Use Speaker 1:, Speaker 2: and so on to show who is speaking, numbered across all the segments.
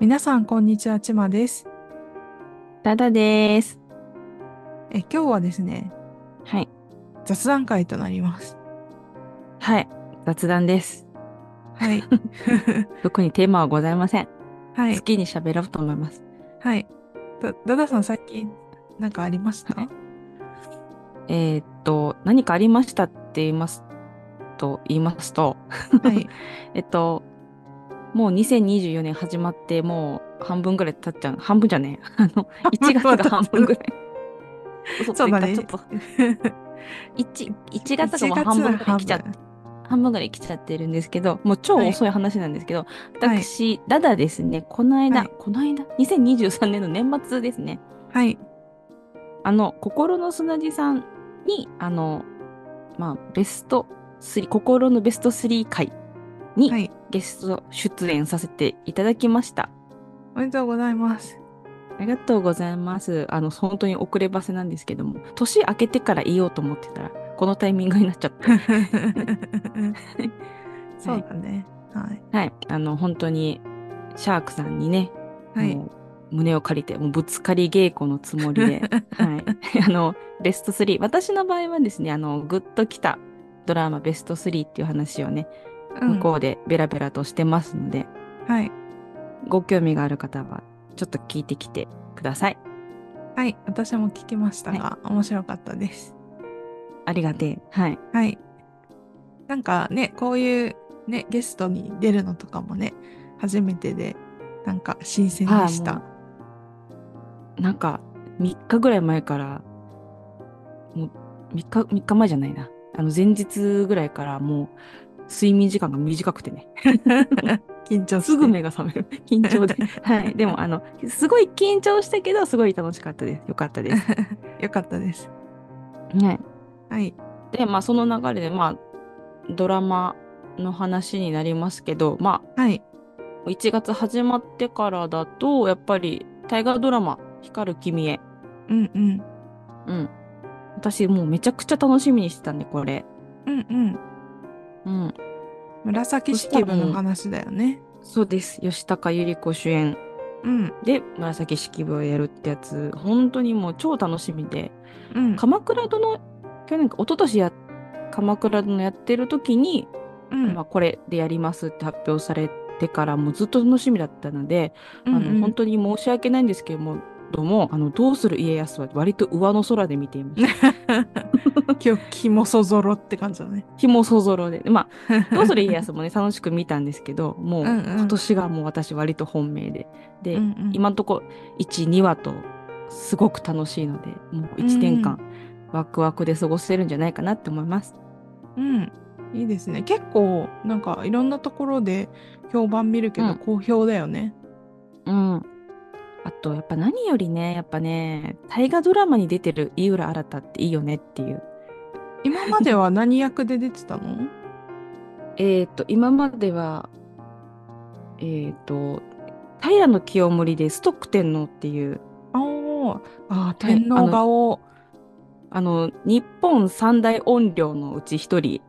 Speaker 1: 皆さんこんにちはちまです
Speaker 2: ダダです。
Speaker 1: え今日はですね
Speaker 2: はい。
Speaker 1: 雑談会となります
Speaker 2: はい。雑談です。
Speaker 1: はい
Speaker 2: 特にテーマはございません。
Speaker 1: は
Speaker 2: 好
Speaker 1: い
Speaker 2: きに喋ろうと思います。
Speaker 1: はいだだださん最近なんかありました
Speaker 2: はいえーっと、何かありましたって言いますと、言いますと、
Speaker 1: はい
Speaker 2: えっと、もう2024年始まって、もう半分ぐらい経っちゃう。半分じゃねえ。あ の、1月が半分ぐらい。嘘ついた
Speaker 1: そうだね
Speaker 2: ちょっと、1, 1月がもう半分ぐらい来ちゃっ半分ぐらい来ちゃってるんですけど、もう超遅い話なんですけど、
Speaker 1: はい
Speaker 2: 私、ダダですね、この間、
Speaker 1: はい
Speaker 2: この間、2023年の年末ですね、
Speaker 1: はい
Speaker 2: あの、心の砂地さんに、あの、まあ、ベスト3、心のベスト3回に
Speaker 1: はい
Speaker 2: ゲスト出演させていただきました。
Speaker 1: おめでとうござい ます
Speaker 2: ありがとうございます。あの、本当に遅ればせなんですけども、年明けてから言おうと思ってたら、このタイミングになっちゃった。
Speaker 1: そうだねはい
Speaker 2: はい、あの、本当に、シャークさんにね、
Speaker 1: はい、
Speaker 2: もう胸を借りてもうぶつかり稽古のつもり で、はい、あのベスト3私の場合はですねあのグッときたドラマベスト3っていう話をね、
Speaker 1: うん
Speaker 2: 向こうでベラベラとしてますので
Speaker 1: はい
Speaker 2: ご興味がある方はちょっと聞いてきてください
Speaker 1: はい私も聞きましたが、面白かったです
Speaker 2: ありがてえはい
Speaker 1: はい。なんかね、こういうね、ゲストに出るのとかもね、初めてで、なんか新鮮でした。
Speaker 2: はいなんか3日ぐらい前からもう3日3日前じゃないなあの前日ぐらいからもう睡眠時間が短くてね
Speaker 1: 緊張して
Speaker 2: すぐ目が覚める。 緊張で。はい。でも、あの、すごい緊張したけど、すごい楽しかったです。よかったです。
Speaker 1: よかったです。
Speaker 2: ね。
Speaker 1: はい。
Speaker 2: で、まあ、その流れで、まあ、ドラマの話になりますけど、ま
Speaker 1: はい。
Speaker 2: あ、1月始まってからだと、やっぱり、大河ドラマ、光る君へ。
Speaker 1: うんうん。
Speaker 2: うん。私、もうめちゃくちゃ楽しみにしてたんで、これ。
Speaker 1: うんうん。
Speaker 2: うん。
Speaker 1: 紫式部の話だよね。
Speaker 2: そうです。吉高由里子主演
Speaker 1: うん
Speaker 2: で、紫式部をやるってやつ、本当にもう超楽しみで。
Speaker 1: うん。
Speaker 2: 鎌倉殿去年か一昨年や鎌倉殿やってる時に、
Speaker 1: うん
Speaker 2: まあ、これでやりますって発表されてからもうずっと楽しみだったので、
Speaker 1: うん
Speaker 2: あの本当に申し訳ないんですけどもどうもあのどうする家康は割と上の空で見ていました
Speaker 1: うん、今日、肝そぞろって感じだね。
Speaker 2: 日もそぞろででま あどうする家康もね楽しく見たんですけどもう
Speaker 1: うんうん
Speaker 2: 今年がもう私割と本命でで、
Speaker 1: うんうん
Speaker 2: 今んとこ12話とすごく楽しいのでもう1年間ワクワクで過ごせるんじゃないかなって思います。
Speaker 1: うん。いいですね。結構、なんかいろんなところで評判見るけど、
Speaker 2: うん
Speaker 1: 好評だよね。
Speaker 2: うん。あと、やっぱ何よりね、やっぱね、大河ドラマに出てる井浦新っていいよねっていう。
Speaker 1: 今までは何役で出てたの
Speaker 2: えっ、と、今までは、えっ、と、平清盛でストック天皇っていう、
Speaker 1: あーあー、天皇がを、
Speaker 2: あの、日本三大怨霊のうち 一人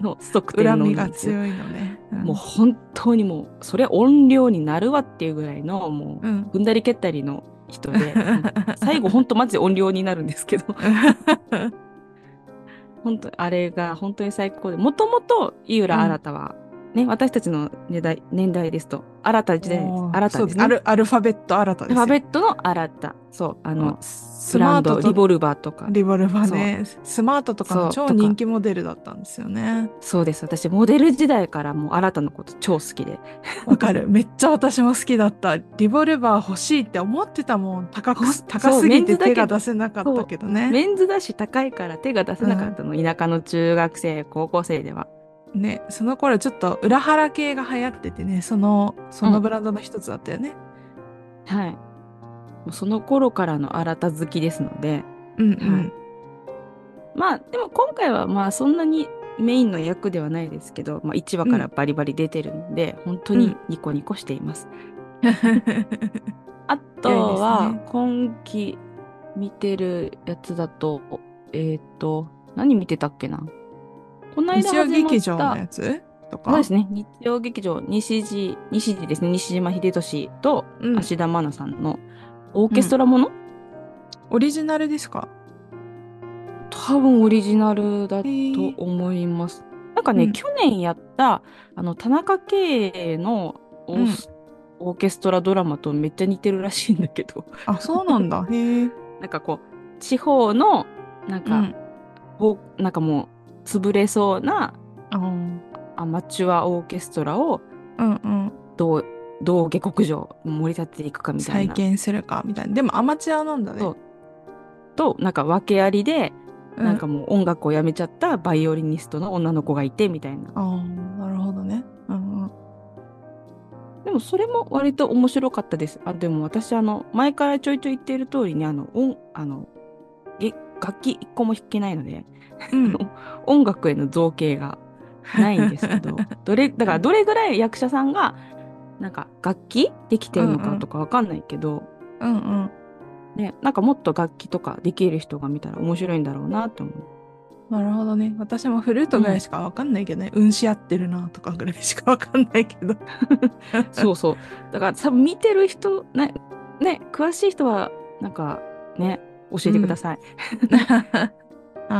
Speaker 2: のストック天皇
Speaker 1: 恨み
Speaker 2: な
Speaker 1: が
Speaker 2: んですよ。
Speaker 1: 強いのね。ん
Speaker 2: もう本当にもう、それ怨霊になるわっていうぐらいの、もう、
Speaker 1: うん。
Speaker 2: 踏んだり蹴ったりの 人で、最後本当マジで怨霊になるんですけど。 本当あれが本当に最高でもともと井浦新は、ね私たちの年代年代ですと新た時代です
Speaker 1: もう
Speaker 2: 新たです、ね、
Speaker 1: そうア
Speaker 2: アル
Speaker 1: ルアルファベット新たです
Speaker 2: フ
Speaker 1: よ。
Speaker 2: ァベットの新たそうあ
Speaker 1: うん
Speaker 2: の、
Speaker 1: ス
Speaker 2: ブラ
Speaker 1: マー
Speaker 2: ンド
Speaker 1: ト
Speaker 2: リ
Speaker 1: と
Speaker 2: ボルバーとか
Speaker 1: リボルバーね。スマートとかの
Speaker 2: そ
Speaker 1: 超
Speaker 2: うとか
Speaker 1: 人気モデルだったんですよね。
Speaker 2: そうです私モデル時代からもう新たのこと超好きで
Speaker 1: わかる。めっちゃ私も好きだった。リボルバー欲しいって思ってたもん。高く
Speaker 2: ほそう
Speaker 1: 高すぎ
Speaker 2: メン
Speaker 1: て
Speaker 2: ズだけ
Speaker 1: 手
Speaker 2: ど
Speaker 1: が出せなかったけどね。
Speaker 2: メンズだし高いから手が出せなかったの、田舎の中学生高校生では
Speaker 1: ね、その頃ちょっと裏腹系が流行っててね、そのそのブランドの一つだったよね。
Speaker 2: はいもうその頃からの新た好きですので
Speaker 1: うん、
Speaker 2: はいまあでも今回はまあそんなにメインの役ではないですけど、まあ、1話からバリバリ出てるので、本当にニコニコしています。 あと
Speaker 1: いいで
Speaker 2: は今期見てるやつだとえっ、と何見てたっけなこの
Speaker 1: うん。
Speaker 2: 間
Speaker 1: 日曜
Speaker 2: 始ま
Speaker 1: 劇
Speaker 2: っ
Speaker 1: 場のや
Speaker 2: た
Speaker 1: つとか。
Speaker 2: そうですね。日曜劇場、西時、西時ですね。西島秀俊と
Speaker 1: うん
Speaker 2: 芦田愛菜さんのオーケストラもの、
Speaker 1: オリジナルですか
Speaker 2: 多分オリジナルだと
Speaker 1: へー
Speaker 2: 思います。なんかね、
Speaker 1: うん
Speaker 2: 去年やった、あの、田中圭のオースオーケストラドラマとめっちゃ似てるらしいんだけど、
Speaker 1: あ、そうなんだ。へえ。
Speaker 2: なんかこう、地方の、なん
Speaker 1: う
Speaker 2: か、
Speaker 1: ん。
Speaker 2: ぼなんかもう、潰れそうな
Speaker 1: あー
Speaker 2: アマチュアオーケストラを、
Speaker 1: うんうん。
Speaker 2: どう、どう下克上、盛り立てていくかみたい
Speaker 1: 再
Speaker 2: な。
Speaker 1: 建するかみたいな。でもアマチュアなんだね。
Speaker 2: そうと、なんか訳ありで、
Speaker 1: う
Speaker 2: なんかもう音楽をやめちゃったバイオリニストの女の子がいてみたいな。
Speaker 1: ああ、なるほどね。うんうん。
Speaker 2: でもそれも割と面白かったです。あでも私あの前からちょいちょい言っている通りにあの音あのえ楽器一個も弾けないので
Speaker 1: うん。
Speaker 2: 音楽への造形がないんですけ どどれだからどれぐらい役者さんがなんか楽器できてるのかとかわかんないけど、
Speaker 1: うんうん。
Speaker 2: ね、なんかもっと楽器とかできる人が見たら面白いんだろうな って思う。
Speaker 1: なるほどね。私もフルートぐらいしかわかんないけどね。うん、し合ってるなとかぐらいしかわかんないけど。
Speaker 2: そうそう。だから多分見てる人ねね詳しい人はなんかね教えてください。
Speaker 1: は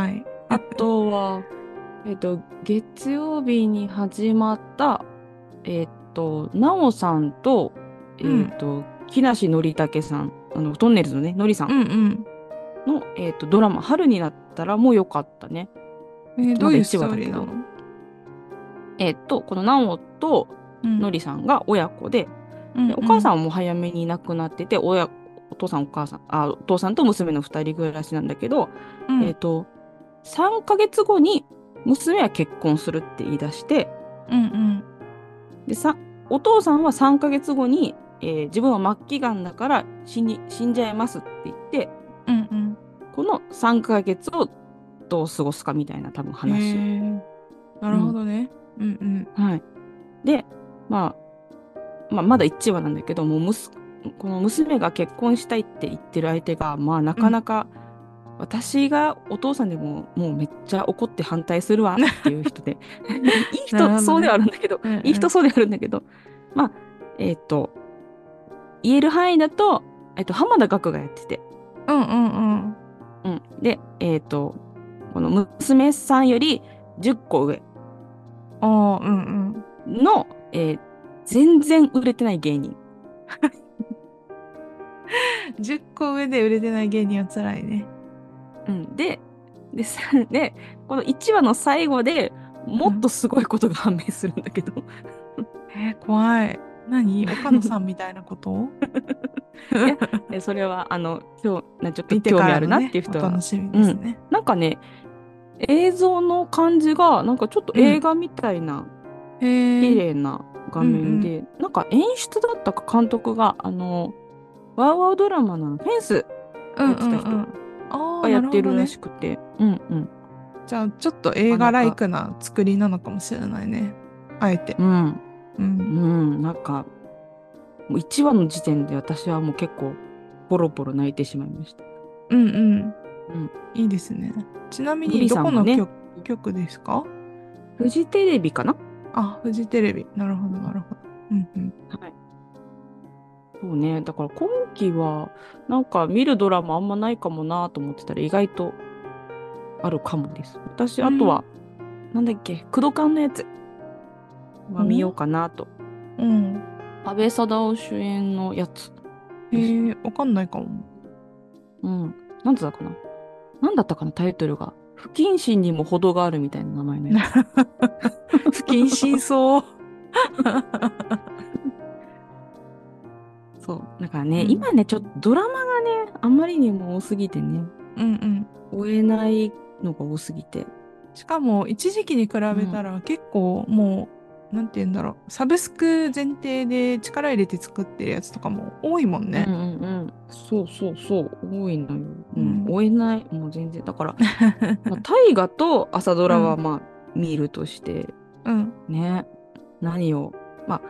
Speaker 1: い。
Speaker 2: あとは、えっと、月曜日に始まった、えっと、なおさんと、えっと、木梨憲武さん、あの、トンネルズのね、のりさ
Speaker 1: うんん
Speaker 2: の、えっと、ドラマ、春になったらもう良かったね。
Speaker 1: うん。えー
Speaker 2: まだ
Speaker 1: どういうス
Speaker 2: 一
Speaker 1: ト
Speaker 2: 話
Speaker 1: ー
Speaker 2: だけ
Speaker 1: リー
Speaker 2: ど
Speaker 1: なの
Speaker 2: えっと、このなおとのりさんが親子で、
Speaker 1: うん
Speaker 2: でお母さんはもう早めに亡くなってて、親、お父さんお母さん、あ、お父さんと娘の二人暮らしなんだけど、
Speaker 1: うん
Speaker 2: えっと、3ヶ月後に娘は結婚するって言い出して、
Speaker 1: うんうん
Speaker 2: でさお父さんは3ヶ月後に、えー自分は末期がんだから死に死んじゃいますって言って
Speaker 1: うんうん
Speaker 2: この3ヶ月をどう過ごすかみたいな多分
Speaker 1: へ
Speaker 2: 話。
Speaker 1: ーなるほどね。うんうん
Speaker 2: はい、で、まあ、まあまだ1話なんだけどもう息子この娘が結婚したいって言ってる相手がまあなかなか、私がお父さんでももうめっちゃ怒って反対するわっていう 人で いい
Speaker 1: なるほど
Speaker 2: 人
Speaker 1: ね
Speaker 2: そうではあるんだけど
Speaker 1: うんうん。
Speaker 2: いい人そうであるんだけど、まあ、えっ、と、言える範囲だと、えっ、と、浜田岳がやってて、
Speaker 1: うんうんうん。
Speaker 2: うん。で、えっ、と、この娘さんより10個上
Speaker 1: ああ、うんうん。
Speaker 2: の、えー全然売れてない芸人。
Speaker 1: 10個上で売れてない芸人は辛いね。
Speaker 2: うん。で、で、さで、この1話の最後でもっとすごいことが判明するんだけど、
Speaker 1: えー、怖い。何岡野さんみたいなこと
Speaker 2: やえ それは、あの、今日、なちょっと
Speaker 1: 見て
Speaker 2: 興
Speaker 1: か
Speaker 2: 味あ
Speaker 1: ら
Speaker 2: る
Speaker 1: の
Speaker 2: な
Speaker 1: ね
Speaker 2: っていう人
Speaker 1: お
Speaker 2: は
Speaker 1: 楽しみですね。
Speaker 2: なんかね、映像の感じが、なんかちょっと映画みたいな、
Speaker 1: へ
Speaker 2: 綺
Speaker 1: え。
Speaker 2: 麗な画面で、なんか演出だったか監督が、あの、ワウワウドラマのフェンス
Speaker 1: うんうんう
Speaker 2: やってた人
Speaker 1: ん。ああ、
Speaker 2: がや
Speaker 1: なる
Speaker 2: って
Speaker 1: ほど
Speaker 2: るら
Speaker 1: ね。
Speaker 2: しくて、うん
Speaker 1: じゃあ、ちょっと映画ライクな作りなのかもしれないね。あえて。
Speaker 2: うん、
Speaker 1: う。
Speaker 2: うんん、うん、なんか、もう1話の時点で私はもう結構、ボロボロ泣いてしまいました。
Speaker 1: うんうん。
Speaker 2: うん
Speaker 1: いいですね。ちなみ
Speaker 2: グ
Speaker 1: に、
Speaker 2: リ
Speaker 1: ど
Speaker 2: さん
Speaker 1: こ
Speaker 2: も
Speaker 1: の
Speaker 2: ね
Speaker 1: 曲,、曲ですか
Speaker 2: フジテレビかな
Speaker 1: あ、フジテレビ。なるほど、なるほど。うんうん。
Speaker 2: はい。そうね、だから今期は、なんか見るドラマあんまないかもなと思ってたら、意外とあるかもです。私、あとは、なんだっけ、クドカンのやつは見ようかなと。
Speaker 1: うん。
Speaker 2: 安倍貞夫主演のやつ。
Speaker 1: へえ、わかんない かも。
Speaker 2: うん。なんつだかな。なんだったかな、タイトルが。不謹慎にも程があるみたいな名前 のやつ。
Speaker 1: 不謹 慎そう。
Speaker 2: そう。だからね、
Speaker 1: うん
Speaker 2: 今ね、ちょっとドラマがね、あまりにも多すぎてね、
Speaker 1: うんうん。
Speaker 2: 追えないのが多すぎて。
Speaker 1: しかも一時期に比べたら結構もう、なんて言うんだろうサブスク前提で力入れて作ってるやつとかも多いもん
Speaker 2: うん
Speaker 1: ね。
Speaker 2: うんうん、そうそうそう多いのよ、
Speaker 1: う
Speaker 2: う
Speaker 1: んん
Speaker 2: 追えないもう全然だから、まあ、大河と朝ドラはまあ見るとして
Speaker 1: うん、
Speaker 2: ね何をまあ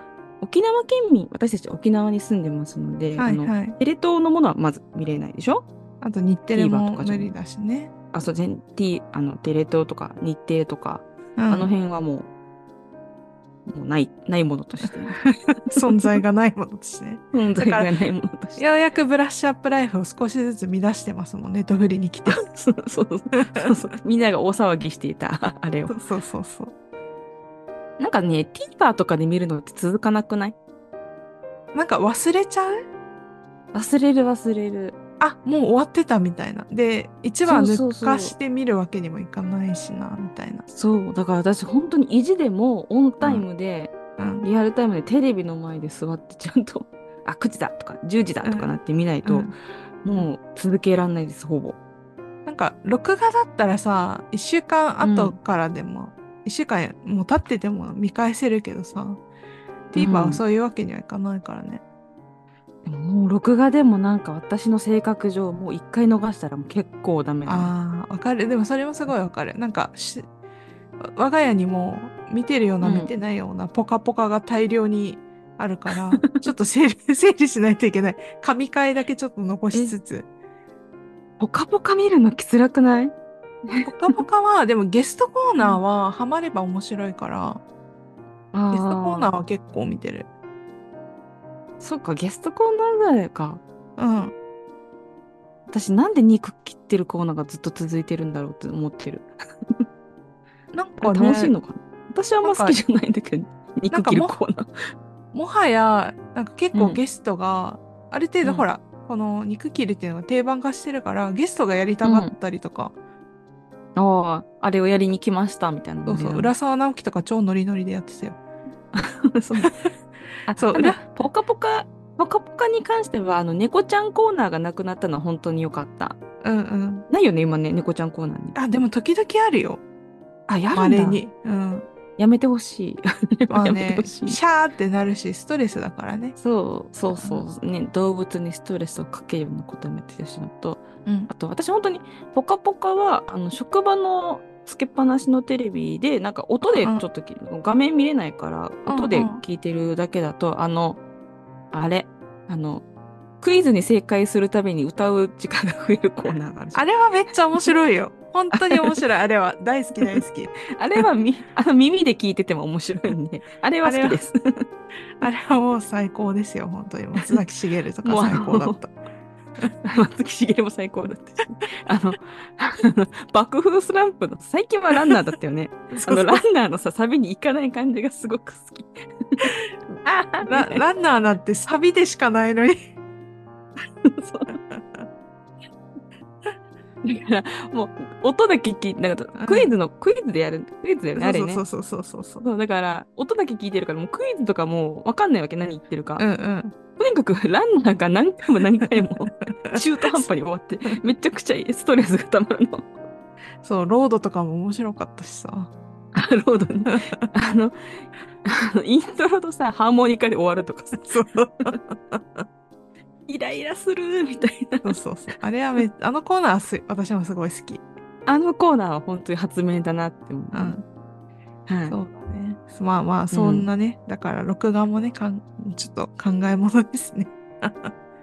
Speaker 2: 沖縄県民私たち沖縄に住んでますので、
Speaker 1: はい
Speaker 2: あの
Speaker 1: はい。
Speaker 2: テレ東のものはまず見れないでしょ
Speaker 1: あと日テレ
Speaker 2: TVer
Speaker 1: も
Speaker 2: とかじゃ
Speaker 1: 無
Speaker 2: ん
Speaker 1: 理だしね。
Speaker 2: あそう全 T あのテレ東とか日程とか、
Speaker 1: うん
Speaker 2: あの辺はもうもうない、ないもの として。
Speaker 1: 存在がないものですね。
Speaker 2: 存在がないものとして。
Speaker 1: ようやくブラッシュアップライフを少しずつ乱してますもんね、ドフリに来て。
Speaker 2: そう そうそうそうそう。みんなが大騒ぎしていた、 あれを
Speaker 1: そ。うそうそうそう。
Speaker 2: なんかね、TVer とかで見るのって続かなくない
Speaker 1: なんか忘れちゃう
Speaker 2: 忘れる忘れる。
Speaker 1: あもう終わってたみたいな。で、一話
Speaker 2: そ
Speaker 1: 抜
Speaker 2: うそうそ
Speaker 1: か
Speaker 2: う
Speaker 1: して見るわけにもいかないしな、みたいな。
Speaker 2: そう、だから私本当に意地でもオンタイムで、
Speaker 1: うん
Speaker 2: リアルタイムでテレビの前で座ってちゃんと、 あ、9時だとか10時だとかなって見ない
Speaker 1: う
Speaker 2: と、
Speaker 1: ん
Speaker 2: もう続けられないです、ほぼ。
Speaker 1: なんか、録画だったらさ、1週間後からでも、1週間もう経ってても見返せるけどさ、TVer はそういうわけにはいかないからね。
Speaker 2: でももう録画でもなんか私の性格上、もう一回逃したらもう結構ダメなの。
Speaker 1: ああ、わかる。でもそれもすごいわかる。なんかし、我が家にも見てるような
Speaker 2: うん
Speaker 1: 見てないようなポカポカが大量にあるから、ちょっと整理 整理しないといけない。紙替えだけちょっと残しつつ。
Speaker 2: ポカポカ見るのきつらくない
Speaker 1: ポカポカは、でもゲストコーナーはハマれば面白いから、
Speaker 2: あ
Speaker 1: ゲストコーナー
Speaker 2: ー。
Speaker 1: は結構見てる。
Speaker 2: そっか、ゲストコーナーぐらいか。
Speaker 1: うん。
Speaker 2: 私なんで肉切ってるコーナーがずっと続いてるんだろうって思ってる。
Speaker 1: なんか、
Speaker 2: あ
Speaker 1: ね、
Speaker 2: れ楽しいのかな私はあんま好きじゃないんだけど、
Speaker 1: なん
Speaker 2: 肉
Speaker 1: か
Speaker 2: 切る
Speaker 1: も
Speaker 2: コーナー。
Speaker 1: もはや、なんか結構
Speaker 2: うん
Speaker 1: ゲストが、ある程度
Speaker 2: うん
Speaker 1: ほら、この肉切りっていうのが定番化してるから、ゲストがやりたがったりとか、
Speaker 2: ああ、あれをやりに来ましたみたいな
Speaker 1: そ
Speaker 2: の
Speaker 1: う
Speaker 2: ね。
Speaker 1: そう、
Speaker 2: なん
Speaker 1: 浦沢直樹とか超ノリノリでやってたよ。
Speaker 2: か そう。あ、
Speaker 1: そう
Speaker 2: ただ
Speaker 1: 裏
Speaker 2: ぽかぽか、ぽかぽかに関しては、あの、猫ちゃんコーナーがなくなったのは本当に良かった。
Speaker 1: うんうん。
Speaker 2: ないよね、今ね、猫ちゃんコーナーに。
Speaker 1: あ、でも時々あるよ。
Speaker 2: あ、や
Speaker 1: ま
Speaker 2: るん
Speaker 1: れ
Speaker 2: だ。
Speaker 1: に。うん。
Speaker 2: やめてほしい。
Speaker 1: まあ
Speaker 2: やめ
Speaker 1: ね
Speaker 2: て、ほ
Speaker 1: シ
Speaker 2: しい。
Speaker 1: ャーってなるし、ストレスだからね。
Speaker 2: そうそうそう、ね、動物にストレスをかけるようなことをやめてほしいのと、
Speaker 1: うん
Speaker 2: あ。と私本当に「ぽかぽかは」あの職場のつけっぱなしのテレビでなんか音でちょっとき、画面見れないから
Speaker 1: うん
Speaker 2: 音で聞いてるだけだと、あのあれあのクイズに正解するたびに歌う時間が増えるコーナーがあるじゃん
Speaker 1: あれはめっちゃ面白いよ。本当に面白い。あれは。大好き大好き。
Speaker 2: あれはみ あの耳で聞いてても面白いんであれは好きです。
Speaker 1: あれはもう最高ですよ。本当に。松崎しげるとか
Speaker 2: もう
Speaker 1: 最高だった。
Speaker 2: 松木しげるも最高だったしあのあの爆風スランプの最近はランナーだったよね
Speaker 1: そ
Speaker 2: あ
Speaker 1: うそ
Speaker 2: の
Speaker 1: う
Speaker 2: ランナーのさサビに行かない感じがすごく 好きああ
Speaker 1: ラランナーなんてサビでしかないのに。
Speaker 2: だからもう音だけ聞いてなんか
Speaker 1: うん
Speaker 2: クイズのクイズでやるクイズだよねあれね
Speaker 1: そうそうそうそうそう。
Speaker 2: そうだから音だけ聞いてるからもうクイズとかもう分かんないわけ何言ってるか、
Speaker 1: うんうん。
Speaker 2: とにかくランナーが何回も何 回も中途半端に終わってめちゃくちゃストレスがたまるの
Speaker 1: そう、ロードとかも面白かったしさ。
Speaker 2: あロードにあのあのイントロとさハーモニカで終わるとかさ
Speaker 1: そう
Speaker 2: イライラするみたいな
Speaker 1: そうそうそう。あれはめ、あのコーナーす私もすごい好き。
Speaker 2: あのコーナーは本当に発明だなって思う、
Speaker 1: うん。
Speaker 2: はい
Speaker 1: そうだね。まあまあ、そんなね、だから録画もね、かんちょっと考えものですね。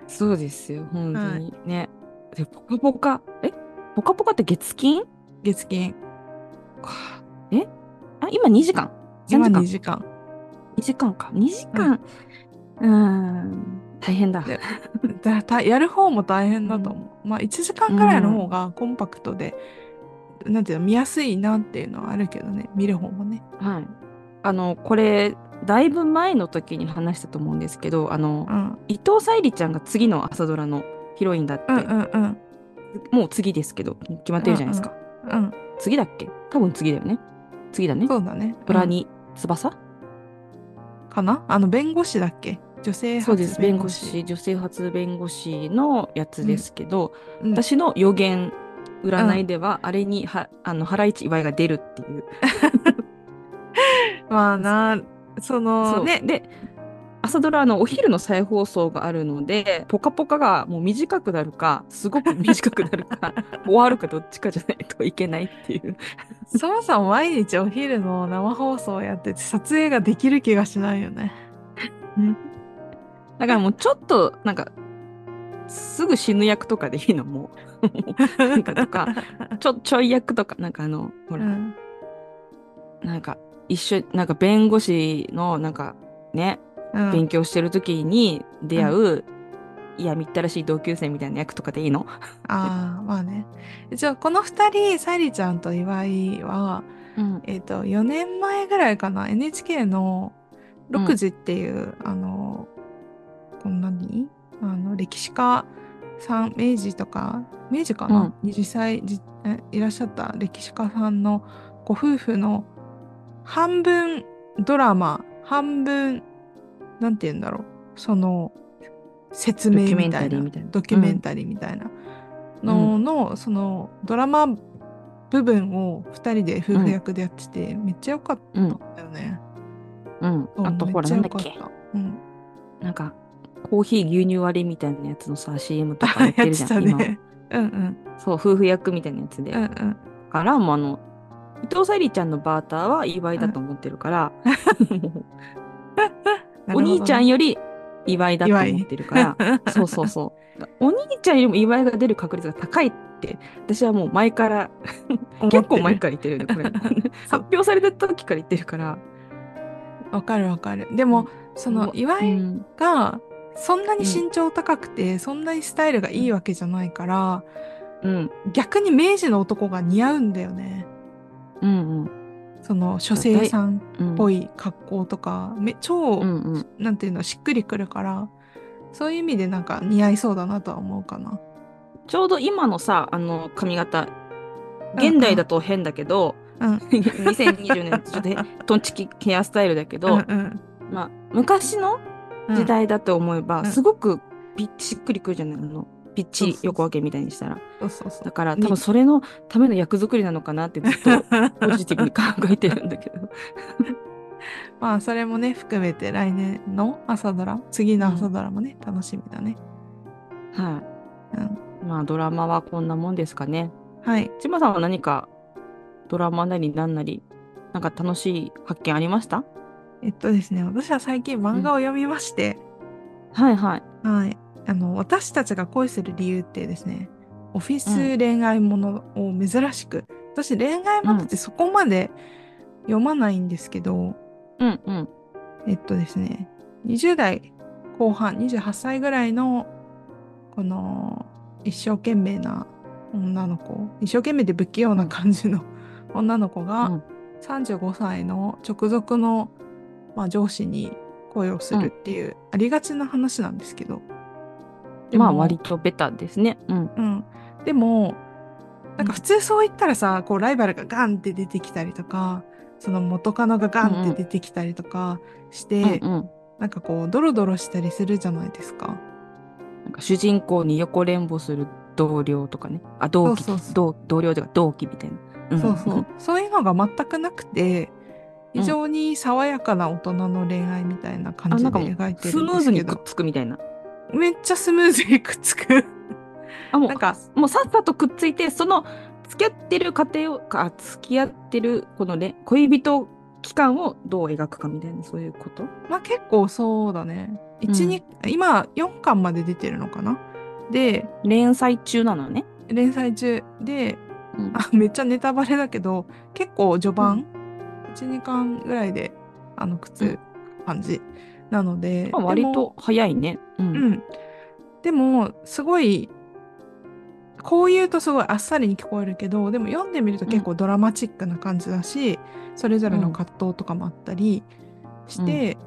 Speaker 2: そうですよ、本当に。ね。で、ぽかぽか、えぽかぽかって月金
Speaker 1: 月金、
Speaker 2: かえあ、今2時間。3
Speaker 1: 今
Speaker 2: 時間。
Speaker 1: 2
Speaker 2: 2
Speaker 1: 時間。
Speaker 2: 時間か。2時間。うーん、大変だ。
Speaker 1: でだたやる方も大変だと思う。まあ、1時間ぐらいの方がコンパクトで、なんていうの、見やすいなっていうのはあるけどね、見る方もね。
Speaker 2: はい。あの、これ、だいぶ前の時に話したと思うんですけど、あの
Speaker 1: う、ん。
Speaker 2: 伊藤沙莉ちゃんが次の朝ドラのヒロインだって、
Speaker 1: うんうんうん。
Speaker 2: もう次ですけど、決まってるじゃないですか。
Speaker 1: うん。
Speaker 2: 次だっけ多分次だよね。次だね。
Speaker 1: そうだね。
Speaker 2: ブラニ翼、
Speaker 1: うんかなあの、弁護士だっけ女性
Speaker 2: そう
Speaker 1: 発
Speaker 2: です弁護士女性初弁護士のやつですけど、
Speaker 1: うん
Speaker 2: 私の予言占いでは、あれにはあの原市岩井が出るっていう
Speaker 1: まあな、その
Speaker 2: そう
Speaker 1: ね、
Speaker 2: で朝ドラのお昼の再放送があるので「ぽかぽか」がもう短くなるかすごく短くな るか終わるかどっちかじゃないといけないっていう
Speaker 1: そもそも毎日お昼の生放送やってて撮影ができる気がしないよね。
Speaker 2: だからもうちょっとなんかすぐ死ぬ役とかでいいのもうなんかとかちょちょい役とかなんかあの ほ
Speaker 1: う
Speaker 2: ら、
Speaker 1: ん、
Speaker 2: なんか一緒なんか弁護士のなんかね
Speaker 1: うん
Speaker 2: 勉強してる時に出会う、いやみったらしい同級生みたいな役とかでいいの
Speaker 1: ああ、まあね。じゃあ、この二人、沙莉ちゃんと岩井は、
Speaker 2: うん
Speaker 1: えっ、と、4年前ぐらいかな、NHK の
Speaker 2: うん
Speaker 1: 6時っていう、あの、こんなにあの、歴史家さん、明治とか、明治かな、20歳じえいらっしゃった歴史家さんのご夫婦の半分ドラマ、半分、なんて言うんだろう、その、説明みたいな、ド
Speaker 2: ド
Speaker 1: キ
Speaker 2: キ
Speaker 1: ュ
Speaker 2: ュ
Speaker 1: メ
Speaker 2: メ
Speaker 1: ン
Speaker 2: ン
Speaker 1: タリーみたいなのの、そのドラマ部分を2人で夫婦役でやってて、めっちゃ良かったんだよね。
Speaker 2: うん
Speaker 1: そう
Speaker 2: あとほら
Speaker 1: め
Speaker 2: なん
Speaker 1: っちゃ良
Speaker 2: だ
Speaker 1: か
Speaker 2: っ
Speaker 1: っ
Speaker 2: け
Speaker 1: たうん、
Speaker 2: なんかコーヒー牛乳割りみたいなやつのさ CM とか
Speaker 1: あ
Speaker 2: や
Speaker 1: やっ
Speaker 2: っ
Speaker 1: て
Speaker 2: るじ
Speaker 1: て
Speaker 2: ゃ
Speaker 1: た
Speaker 2: ん、
Speaker 1: ね。うんうん
Speaker 2: 今そう夫婦役みたいなやつで、
Speaker 1: うんう
Speaker 2: だ
Speaker 1: ん。
Speaker 2: からもうあの伊藤沙莉ちゃんのバーターは岩井だと思ってるから、 お兄ちゃん
Speaker 1: よ。
Speaker 2: より岩井だと思ってるから そうそうそう。だお兄ちゃんよりも祝いが出る確率が高いって、私はもう前から、結構前から言ってるよね、これ。
Speaker 1: そう
Speaker 2: 発表された時から言ってるから。
Speaker 1: わかるわかる。でも、
Speaker 2: うん
Speaker 1: その岩
Speaker 2: う
Speaker 1: 井
Speaker 2: ん
Speaker 1: がそんなに身長高くて、そんなにスタイルがいいわけじゃないから、
Speaker 2: うん、
Speaker 1: 逆に明治の男が似合うんだよね。
Speaker 2: うん、
Speaker 1: その書生さん
Speaker 2: うん。
Speaker 1: っぽ
Speaker 2: い。
Speaker 1: い格好とか、め超、
Speaker 2: うん、うん。
Speaker 1: なんていうのしっくりくるからそういう意味でなんか似合いそうだなとは思うかな。
Speaker 2: ちょうど今のさ、あの、髪型、現代だと変だけど、
Speaker 1: うん、
Speaker 2: 2020年ちょっとへトンチキヘアスタイルだけど、
Speaker 1: うん
Speaker 2: まあ、昔の
Speaker 1: うん、
Speaker 2: 時代だと思え
Speaker 1: う
Speaker 2: ば、
Speaker 1: ん
Speaker 2: すごくぴっしっくりくるじゃないの。ぴっ
Speaker 1: そうそ
Speaker 2: ち
Speaker 1: うそう
Speaker 2: 横分けみたいにしたら。
Speaker 1: そうそうそう。
Speaker 2: だから
Speaker 1: ね
Speaker 2: 多分それのための役作りなの かなってずっとポジティブに考えてるんだけど。
Speaker 1: まあそれもね含めて来年の朝ドラ次の朝ドラもね、楽しみだね。
Speaker 2: はい。まあドラマはこんなもんですかね。
Speaker 1: はい。
Speaker 2: 千葉さんは何かドラマなりなんなり、なんか楽しい発見ありました
Speaker 1: えっとですね私は最近漫画を読みまして、
Speaker 2: はいはい。
Speaker 1: はいあの私たちが恋する理由ってですねオフィス恋愛ものを珍しく、私恋愛ものってそこまで読まないんですけど、
Speaker 2: うんうん。
Speaker 1: えっとですね、20代後半、28歳ぐらいの、この、一生懸命な女の子、一生懸命で不器用な感じの 女の子が、
Speaker 2: うん
Speaker 1: 35歳の直属の、まあ、上司に恋をするっていう、ありがちな話なんですけど。でも
Speaker 2: まあ割とベタですね。うん。
Speaker 1: うん。でも、なんか普通そう言ったらさ、こうライバルがガンって出てきたりとか、その元カノがガンって出てきたりとかして、
Speaker 2: うんうん。
Speaker 1: なんかこうドロドロしたりするじゃないですか。
Speaker 2: なんか主人公に横連母する同僚とかね。あ、同期。
Speaker 1: そうそうそう
Speaker 2: 同同僚とか同期みたいな。ん
Speaker 1: そうそう。そういうのが全くなくて非常に爽やかな大人の恋愛みたいな感じで
Speaker 2: あなんかもう
Speaker 1: 描いて
Speaker 2: ス
Speaker 1: るん
Speaker 2: ム
Speaker 1: で
Speaker 2: ー
Speaker 1: す
Speaker 2: ズ
Speaker 1: け
Speaker 2: にくっ
Speaker 1: ど
Speaker 2: つくみたいな。
Speaker 1: めっちゃスムーズにくっつ く。
Speaker 2: あもう
Speaker 1: なんか
Speaker 2: もうさっさとくっついてその付き合ってる過程をか付き合ってるこのね恋人期間をどう描くかみたいなそういうこと
Speaker 1: まあ結構そうだね。一
Speaker 2: うん
Speaker 1: 二今4巻まで出てるのかなで
Speaker 2: 連載中なのね。
Speaker 1: 連載中で
Speaker 2: うん
Speaker 1: あめっちゃネタバレだけど結構序盤、12巻ぐらいであのくっつく感じなので、
Speaker 2: まあ、
Speaker 1: で
Speaker 2: 割
Speaker 1: も
Speaker 2: と早いね。うん
Speaker 1: うん。でも、すごい、こう言うとすごいあっさりに聞こえるけど、でも読んでみると結構ドラマチックな感じだし、それぞれの葛藤とかもあったりして、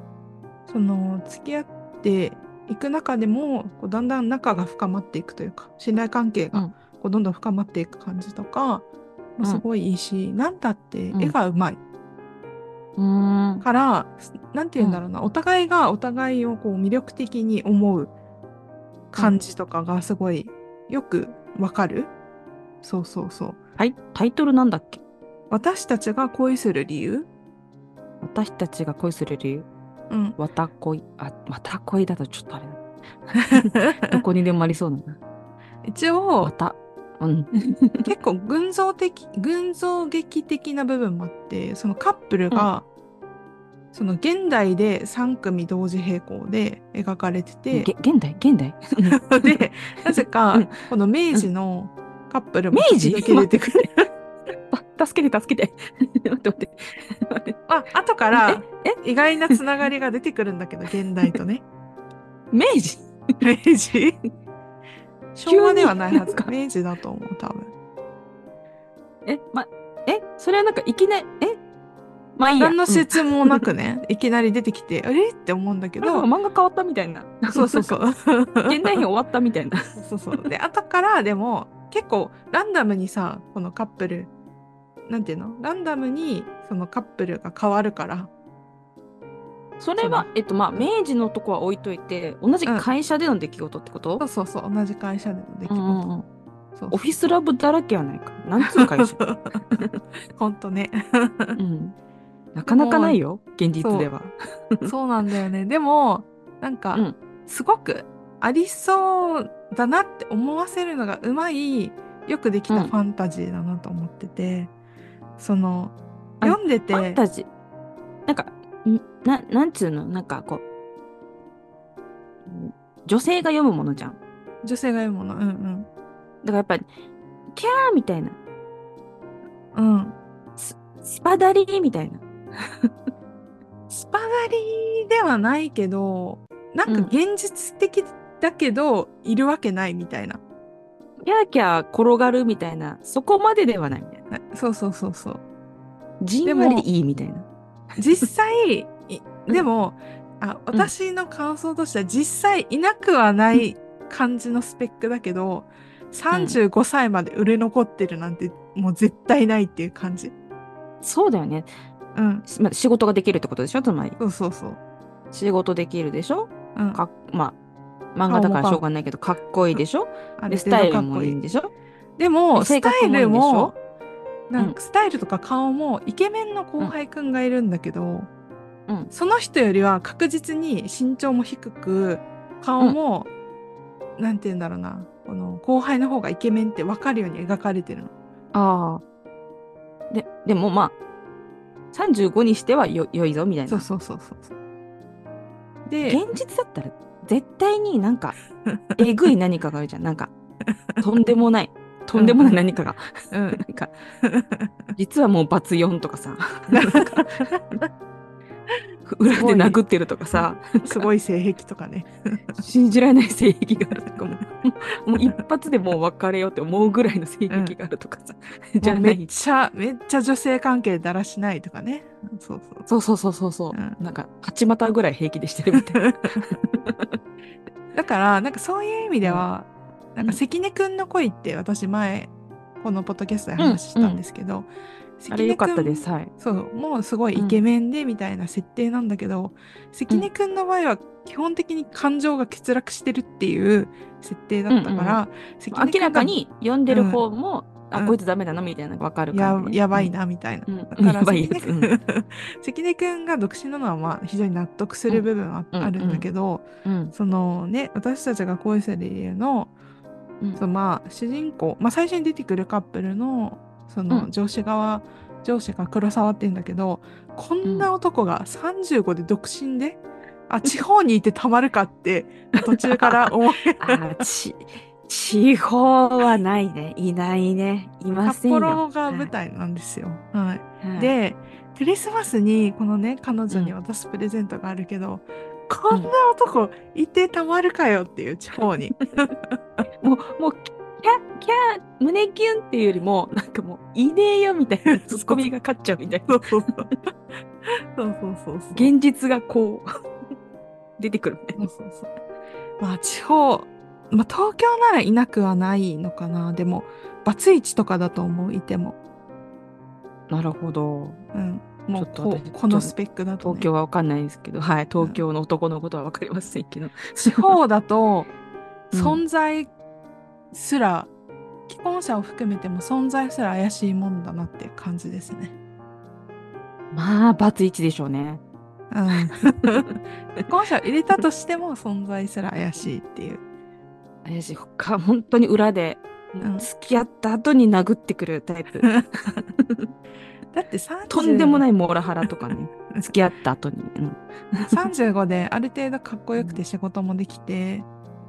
Speaker 1: その、付き合っていく中でも、こうだんだん仲が深まっていくというか、信頼関係
Speaker 2: う
Speaker 1: が
Speaker 2: ん
Speaker 1: こうどんどん深まっていく感じとか、
Speaker 2: うん
Speaker 1: まあすごいいいし、なんだって
Speaker 2: うん
Speaker 1: 絵がうまい。
Speaker 2: うーんうん
Speaker 1: から、なんて言うんだろうな、お互いがお互いをこう魅力的に思う感じとかがすごいよくわかる。そうそうそう。
Speaker 2: タイタイトルなんだっけ
Speaker 1: 私たちが恋する理由
Speaker 2: 私たちが恋する理由。
Speaker 1: うん。
Speaker 2: わた恋。あ、わた恋だとちょっとあれだ な。どこにでもありそうだな。
Speaker 1: 一
Speaker 2: わ
Speaker 1: 応、
Speaker 2: た。うん。
Speaker 1: 結構群像的、群像劇的な部分もあって、そのカップルが、その現代で3組同時並行で描かれてて、
Speaker 2: げ現代現代
Speaker 1: で、なぜ
Speaker 2: う
Speaker 1: か
Speaker 2: ん、
Speaker 1: この明治のカップルも
Speaker 2: 明治
Speaker 1: 時々出てくる。
Speaker 2: 助けて助けて 待って待って待って
Speaker 1: あ後から
Speaker 2: え
Speaker 1: 意外なつながりが出てくるんだけど現代と ね
Speaker 2: 明治
Speaker 1: 明治
Speaker 2: 急に
Speaker 1: 昭和ではないはず
Speaker 2: なんか
Speaker 1: 明治だと思う多分
Speaker 2: えまえそれはなんかいきなりえまあいいや
Speaker 1: 何の説もなくね、いきなり出てきてあれって思うんだけ
Speaker 2: うんな
Speaker 1: ど
Speaker 2: んか漫画変わったみたいな
Speaker 1: そうそうそう
Speaker 2: 現代編終わったみたい な
Speaker 1: そうそう。で、後からでも結構ランダムにさ、このカップル、なんていうのランダムにそのカップルが変わるから。
Speaker 2: それはえっとまあ明治のとこは置いといて同じ会社での出来事ってこと、
Speaker 1: そうそうそう、同じ会社での出来
Speaker 2: う
Speaker 1: 事。
Speaker 2: んうんうん
Speaker 1: そう
Speaker 2: オフィスラブだらけやないかなんつう 会社
Speaker 1: ほんとね。
Speaker 2: うんなかなかないよ現実では
Speaker 1: そうなんだよね。でも、なんか、
Speaker 2: うん
Speaker 1: すごくありそうだなって思わせるのがうまい、よくできた
Speaker 2: うん
Speaker 1: ファンタジーだなと思ってて、その、
Speaker 2: あ
Speaker 1: 読んでて、
Speaker 2: ファンタジーなんかんななんつうのなんかこうん女性が読むものじゃん
Speaker 1: 女性が読むもの、うん
Speaker 2: だからやっぱりキャーみたいな
Speaker 1: うん。うん。
Speaker 2: スパダリーみたいな
Speaker 1: スパ狩りではないけど、なんか
Speaker 2: うん
Speaker 1: 現実的だけど、いるわけないみたいな。
Speaker 2: キャーキャー転がるみたいなそこまでではないみたいな
Speaker 1: なそうそうそうそう。
Speaker 2: じんわりいいみたいな
Speaker 1: 実際、い
Speaker 2: うん
Speaker 1: でも、あ、私の感想としては、実際いなくはない感じのスペックだけど、35歳まで売れ残ってるなんて、もう絶対ないっていう感じ。
Speaker 2: そうだよね、
Speaker 1: うん。
Speaker 2: しまあ、仕事ができるってことでしょつまり
Speaker 1: そうそうそう。
Speaker 2: 仕事できるでしょ
Speaker 1: うん。
Speaker 2: かっまあ漫画だからしょうがないけどかっこいいでしょ
Speaker 1: あ
Speaker 2: で
Speaker 1: る
Speaker 2: ス
Speaker 1: 程
Speaker 2: タイ
Speaker 1: 度
Speaker 2: ル
Speaker 1: かっ
Speaker 2: も
Speaker 1: こ
Speaker 2: い
Speaker 1: い
Speaker 2: い
Speaker 1: い
Speaker 2: ん。でしょ
Speaker 1: でも、ス
Speaker 2: 性格
Speaker 1: タ
Speaker 2: もいい
Speaker 1: イ
Speaker 2: んでし
Speaker 1: ル
Speaker 2: ょ
Speaker 1: も、なん
Speaker 2: うん
Speaker 1: かスタイルとか顔もイケメンの後輩くんがいるんだけど、
Speaker 2: うん
Speaker 1: その人よりは確実に身長も低く顔も、なんて言うんだろうなこの後輩の方がイケメンって分かるように描かれてるの。
Speaker 2: ああででもまあ35にしてはよ良いぞみたいな
Speaker 1: そうそうそうそうそう。で
Speaker 2: 現実だったら絶対になんかえぐい何かがあるじゃんなんかとんでもないとんでもない何かが
Speaker 1: うん
Speaker 2: なんか実はもうバツ4とかさ裏で殴ってるとかさ
Speaker 1: すごい性癖とかね。
Speaker 2: 信じられない性癖があるとかも もう一発でもう別れようって思うぐらいの性癖がある とかさ、 じゃ
Speaker 1: もう
Speaker 2: な
Speaker 1: めっ
Speaker 2: い
Speaker 1: ちゃめっちゃ女性関係だらしないとかね。そうそう。
Speaker 2: そうそうそうそうそう、
Speaker 1: うん
Speaker 2: なんか八股ぐらい平気でしてるみたいな
Speaker 1: だからなんかそういう意味では、
Speaker 2: ん
Speaker 1: なんか関根くんの恋って私前このポッドキャストで話したんですけど、
Speaker 2: あれ良かった
Speaker 1: 関根くん
Speaker 2: ですはい
Speaker 1: そうもうすごいイケメンでみたいな設定なんだけど、関根くんの場合は基本的に感情が欠落してるっていう設定だったから、関根くんが
Speaker 2: 明らかに読んでる方も、
Speaker 1: う
Speaker 2: あ
Speaker 1: ん
Speaker 2: こいつダメだなみたいなのが分かるから、
Speaker 1: や
Speaker 2: ね、
Speaker 1: やばいなみたいな。
Speaker 2: うん、
Speaker 1: だ
Speaker 2: うん、
Speaker 1: か
Speaker 2: や
Speaker 1: ら
Speaker 2: ば
Speaker 1: 関根
Speaker 2: いやつ、
Speaker 1: くん関根くんが独身なのはまあ非常に納得する部分はあるんだけど、
Speaker 2: うん
Speaker 1: そのね私たちが恋する理由の
Speaker 2: うん
Speaker 1: そのまあ主人公、まあ、最初に出てくるカップルのそうの
Speaker 2: ん
Speaker 1: 上司側、上司が黒沢って言うんだけどこんな男が35で独身で、あ地方にいてたまるかって途中 から思い
Speaker 2: あーち地方はないねいないねいま
Speaker 1: 札
Speaker 2: せんよ
Speaker 1: 幌が舞、台なんですよ。はい
Speaker 2: はいはい
Speaker 1: でクリスマスにこのね彼女に
Speaker 2: うん
Speaker 1: 渡すプレゼントがあるけど、こんな男いてたまるかよっていう地方 に。
Speaker 2: もうもうキャキャー胸キュンっていうよりもなんかもういねえよみたいなツッコミが勝っちゃうみたい
Speaker 1: そ
Speaker 2: な
Speaker 1: うそうそう。そうそうそうそう。
Speaker 2: 現実がこう 出てくるね
Speaker 1: そうそうそうまあ地方、まあ東京ならいなくはないのかな。でも、バツイチとかだと思う、いても。
Speaker 2: なるほど
Speaker 1: うん。もう
Speaker 2: ちょっと
Speaker 1: こ
Speaker 2: 私
Speaker 1: このスペックだと、ね。
Speaker 2: 東京は分かんないですけど、はい東京の男のことは分かりませんけど、
Speaker 1: 地方だと、
Speaker 2: うん
Speaker 1: 存在すら、既婚者を含めても存在すら怪しいもんだなって感じですね。
Speaker 2: まあバツイチでしょうね
Speaker 1: うん。既婚者を入れたとしても存在すら怪しいっていう。
Speaker 2: 私他本当に裏で、
Speaker 1: ん
Speaker 2: 付き合った後に殴ってくるタイ プ
Speaker 1: だって3
Speaker 2: とんでもないいモラハラとかね付き合った後に、うん
Speaker 1: 35である程度かっこよくて仕事もできて、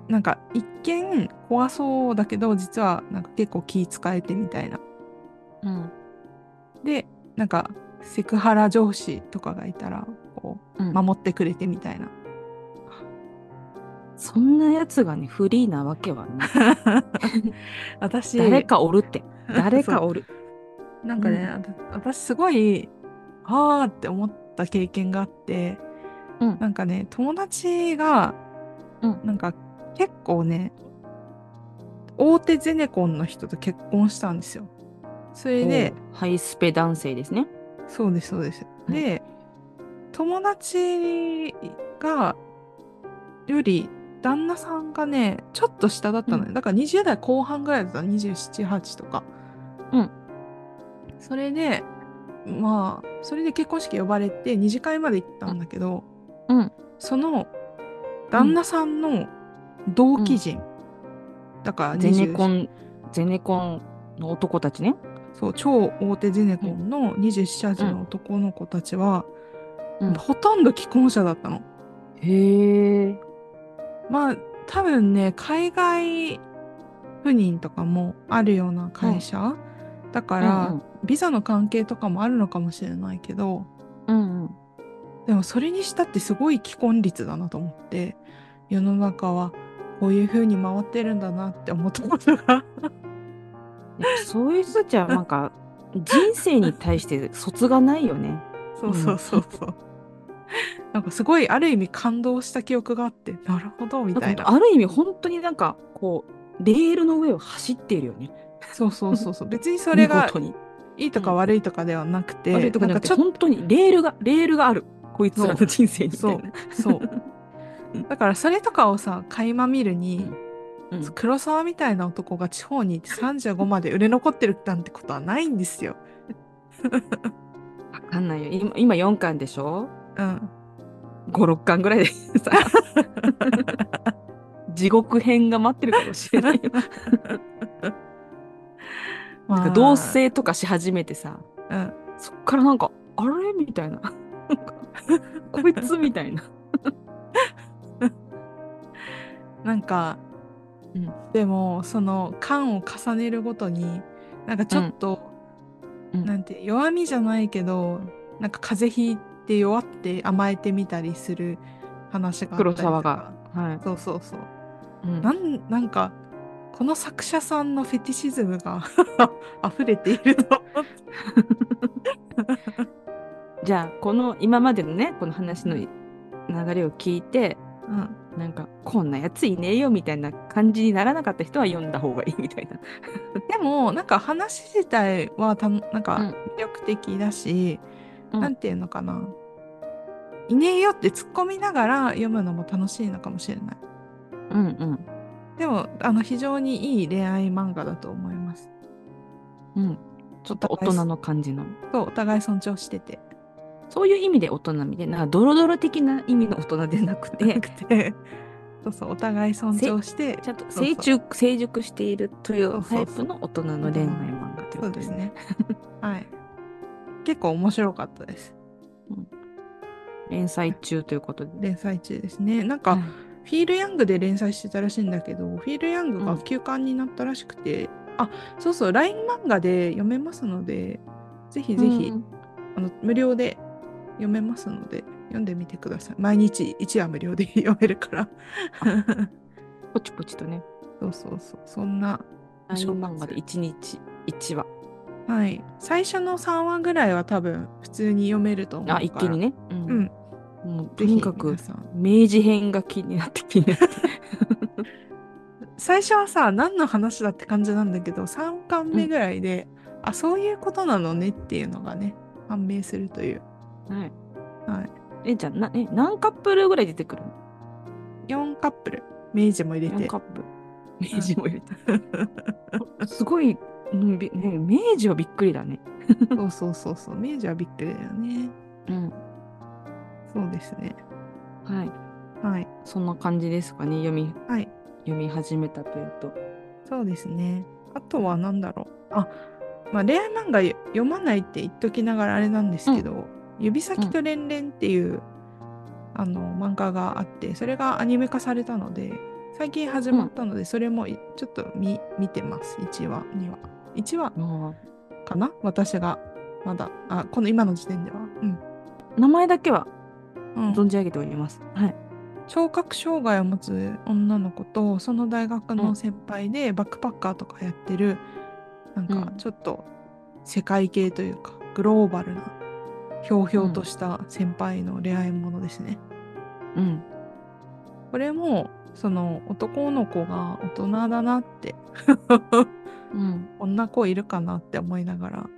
Speaker 1: なんか一見怖そうだけど実はなんか結構気使えてみたいなでなんかセクハラ上司とかがいたらこ
Speaker 2: う
Speaker 1: うん守ってくれてみたいな。
Speaker 2: そんなやつがね、フリーなわけはない。
Speaker 1: 私
Speaker 2: 誰かおるって。誰かおる。
Speaker 1: なんかね、
Speaker 2: う
Speaker 1: あ
Speaker 2: ん
Speaker 1: た私すごいあーって思った経験があって、
Speaker 2: うん
Speaker 1: なんかね友達が、
Speaker 2: うん
Speaker 1: なんか結構ね大手ゼネコンの人と結婚したんですよ。それで、
Speaker 2: おうハイスペ男性ですね。
Speaker 1: そうですそうです。
Speaker 2: うん
Speaker 1: で友達がより旦那さんがねちょっと下だったのよ、
Speaker 2: う
Speaker 1: だから20代後半ぐらいだった278とか。
Speaker 2: うん
Speaker 1: それでまあそれで結婚式呼ばれて二次会まで行ったんだけど、
Speaker 2: うん
Speaker 1: その旦那さんの同期人、だから
Speaker 2: ゼネ
Speaker 1: 20
Speaker 2: コン、ゼネコンの男たちね。
Speaker 1: そう超大手ゼネコンの27歳の男の子たちは、
Speaker 2: うん
Speaker 1: ほとんど既婚者だったの。
Speaker 2: へえ。
Speaker 1: まあ多分ね海外赴任とかもあるような会社、だから、
Speaker 2: うん
Speaker 1: ビザの関係とかもあるのかもしれないけど
Speaker 2: うんうん。
Speaker 1: でもそれにしたってすごい既婚率だなと思って世の中はこういう風に回ってるんだなって思ったこと が
Speaker 2: やっぱそういう人たちはなんか人生に対して卒がないよね。
Speaker 1: そうそうそうそう。なんかすごいある意味感動した記憶があってなるほどみたいな
Speaker 2: なんかある意味本当になんかこうレールの上を走っているよね。
Speaker 1: そうそうそうそう別にそれ
Speaker 2: 見
Speaker 1: が
Speaker 2: 事に。
Speaker 1: いいとか悪いとかではなくて、
Speaker 2: 悪いとかじゃなくて
Speaker 1: んかちょっ
Speaker 2: 本当にレールがレールがあるこいつらの人生にみたいな。
Speaker 1: とそうだからそれとかをさ垣間見るに、
Speaker 2: うんうん
Speaker 1: 黒沢みたいな男が地方に行って35まで売れ残ってるなんてことはないんですよ。
Speaker 2: わかんないよ。今今四巻でしょ。
Speaker 1: うん、
Speaker 2: 五六巻ぐらいでさ。地獄編が待ってるかもしれないよ。なんか同、棲とかし始めてさ。
Speaker 1: うん、
Speaker 2: そっからなんか、あれみたいな。 なんかこいつみたいな。
Speaker 1: なんか、
Speaker 2: うん
Speaker 1: でもその感を重ねるごとになんかちょっと、
Speaker 2: うんうん
Speaker 1: なんて弱みじゃないけどなんか風邪ひいて弱って甘えてみたりする話があったりとか
Speaker 2: 黒沢が。は
Speaker 1: そうそうそう。
Speaker 2: い。うん
Speaker 1: なんなんかこの作者さんのフェティシズムが 溢れていると
Speaker 2: じゃあ、この今までのね、この話の流れを聞いて、
Speaker 1: うん、
Speaker 2: なんか、こんなやついねえよみたいな感じにならなかった人は読んだ方がいいみたいな。
Speaker 1: でもなんか話自体はたなんか
Speaker 2: うん
Speaker 1: 魅力的だし、
Speaker 2: うん
Speaker 1: なんていうのかな「いねえよ」って突っ込みながら読むのも楽しいのかもしれない
Speaker 2: うんうん。
Speaker 1: でもあの非常にいい恋愛漫画だと思います
Speaker 2: うん。ちょっと大人の感じの。
Speaker 1: とお互い尊重してて
Speaker 2: そういう意味で大人みたいな、ドロドロ的な意味の大人でなく
Speaker 1: な
Speaker 2: て、
Speaker 1: くてそうそうお互い尊重して
Speaker 2: ちゃんと
Speaker 1: そうそう
Speaker 2: 成熟、成熟しているとい
Speaker 1: そううそう
Speaker 2: タ
Speaker 1: そ
Speaker 2: イ
Speaker 1: う
Speaker 2: プの大人の恋愛漫画という
Speaker 1: そ
Speaker 2: こ
Speaker 1: うで
Speaker 2: とですすね。
Speaker 1: ね はい結構面白かったです
Speaker 2: 連載中ということで。
Speaker 1: 連載中ですねなんか、
Speaker 2: はい
Speaker 1: フィール・ヤングで連載してたらしいんだけど、フィール・ヤング
Speaker 2: う
Speaker 1: が
Speaker 2: ん
Speaker 1: 休刊になったらしくて、あそうそう、LINE 漫画で読めますので、ぜひぜひ、
Speaker 2: うん
Speaker 1: あの無料で読めますので、読んでみてください。毎日1話無料で読めるから。
Speaker 2: ポチポチとね、
Speaker 1: そうそうそう、そんな、
Speaker 2: ライン
Speaker 1: 小学生
Speaker 2: 漫画で1日1話。
Speaker 1: はい。最初の3話ぐらいは多分、普通に読めると思うから。
Speaker 2: あ、一気に
Speaker 1: ね。
Speaker 2: ね。う
Speaker 1: うんん、
Speaker 2: もうと
Speaker 1: ぜひ
Speaker 2: にかく
Speaker 1: 皆、さん。
Speaker 2: 明治編が気になって気になって。
Speaker 1: 最初はさ、何の話だって感じなんだけど、3巻目ぐらいで、あ、そういうことなのねっていうのがね、判明するという。
Speaker 2: はい。
Speaker 1: はい、
Speaker 2: え、じゃあな、え、何カップルぐらい出てくるの
Speaker 1: 4カップル明治も入れ
Speaker 2: ?4
Speaker 1: て
Speaker 2: カップル。明治も入れて。すごい、 うんびね、明治はびっくりだね。
Speaker 1: そうそうそうそう明治はびっくりだよね
Speaker 2: うん。
Speaker 1: そうですね
Speaker 2: はい。
Speaker 1: はい
Speaker 2: そんな感じですかね。読み、
Speaker 1: はい
Speaker 2: 読み始めたというと。
Speaker 1: そうですねあとは何だろうあまあ恋愛漫画読まないって言っときながらあれなんですけど「指先と連々」っていう、あの漫画があってそれがアニメ化されたので最近始まったので、それもいちょっと見見てます1話2話1話
Speaker 2: も
Speaker 1: かな私がまだあこの今の時点では、
Speaker 2: 名前だけは
Speaker 1: うんうん、
Speaker 2: 存じ上げております。はい。
Speaker 1: 聴覚障害を持つ女の子とその大学の先輩でバックパッカーとかやってる、なんか
Speaker 2: うん
Speaker 1: ちょっと世界系というかグローバルなひょうひょうとした先輩の恋愛ものですね。
Speaker 2: うん。
Speaker 1: これもその男の子が大人だなって
Speaker 2: うん。
Speaker 1: こんな子いるかなって思いながら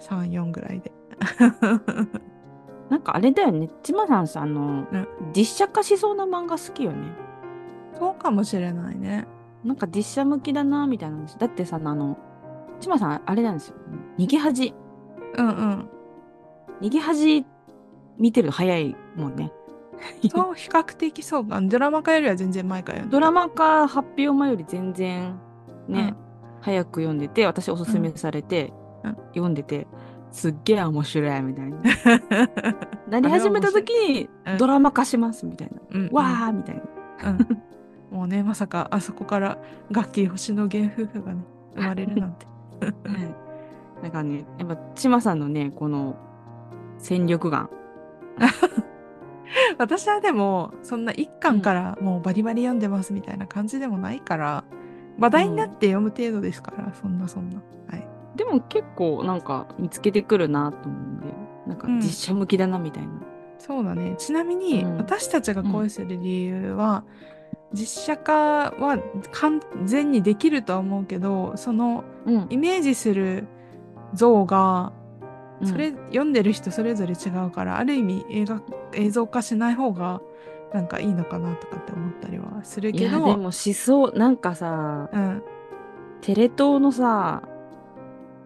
Speaker 1: 234ぐらいで。
Speaker 2: なんかあれだよね。ちまさんさ、あの、
Speaker 1: うん
Speaker 2: 実写化しそうな漫画好きよね。
Speaker 1: そうかもしれないね。
Speaker 2: なんか実写向きだな、みたいなんです。だってさ、あの、ちまさん、あれなんですよ。逃げ恥。
Speaker 1: うん うん。
Speaker 2: 逃げ恥見てるの早いもんね。
Speaker 1: そう比較的そうかドラマ化よりは全然前から読んで
Speaker 2: ド
Speaker 1: た
Speaker 2: ラマ化発表前より全然ね、早く読んでて、私おすすめされて、
Speaker 1: うん
Speaker 2: 読んでて、すっげえ面白い みたいな。
Speaker 1: うん
Speaker 2: なり始めた時に
Speaker 1: 白いうん
Speaker 2: ドラマ化しますみたいな。
Speaker 1: うんうん、
Speaker 2: わーみたいな。
Speaker 1: うんもうねまさかあそこからガッキー星野源夫婦がね生まれるなん て
Speaker 2: はい。なんかね、やっぱ、ちまさんのね、この、戦力眼。
Speaker 1: 私はでもそんな一巻からもうバリバリ読んでますみたいな感じでもないから話題になって読む程度ですから、そんなそんなはい
Speaker 2: でも結構、なんか、見つけてくるなと思うんで、なんか、
Speaker 1: うん
Speaker 2: 実写向きだなみたいな。
Speaker 1: そうだねちなみに
Speaker 2: うん
Speaker 1: 私たちが恋する理由は、実写化は完全にできるとは思うけどその
Speaker 2: うん。
Speaker 1: イメージする像が
Speaker 2: うん
Speaker 1: それ、、読んでる人それぞれ違うからある意味映画映像化しない方がなんかいいのかなとかって思ったりはする
Speaker 2: い
Speaker 1: け
Speaker 2: や、で
Speaker 1: ど
Speaker 2: も、思想、なんかさ、
Speaker 1: うん、
Speaker 2: テレ東のさ、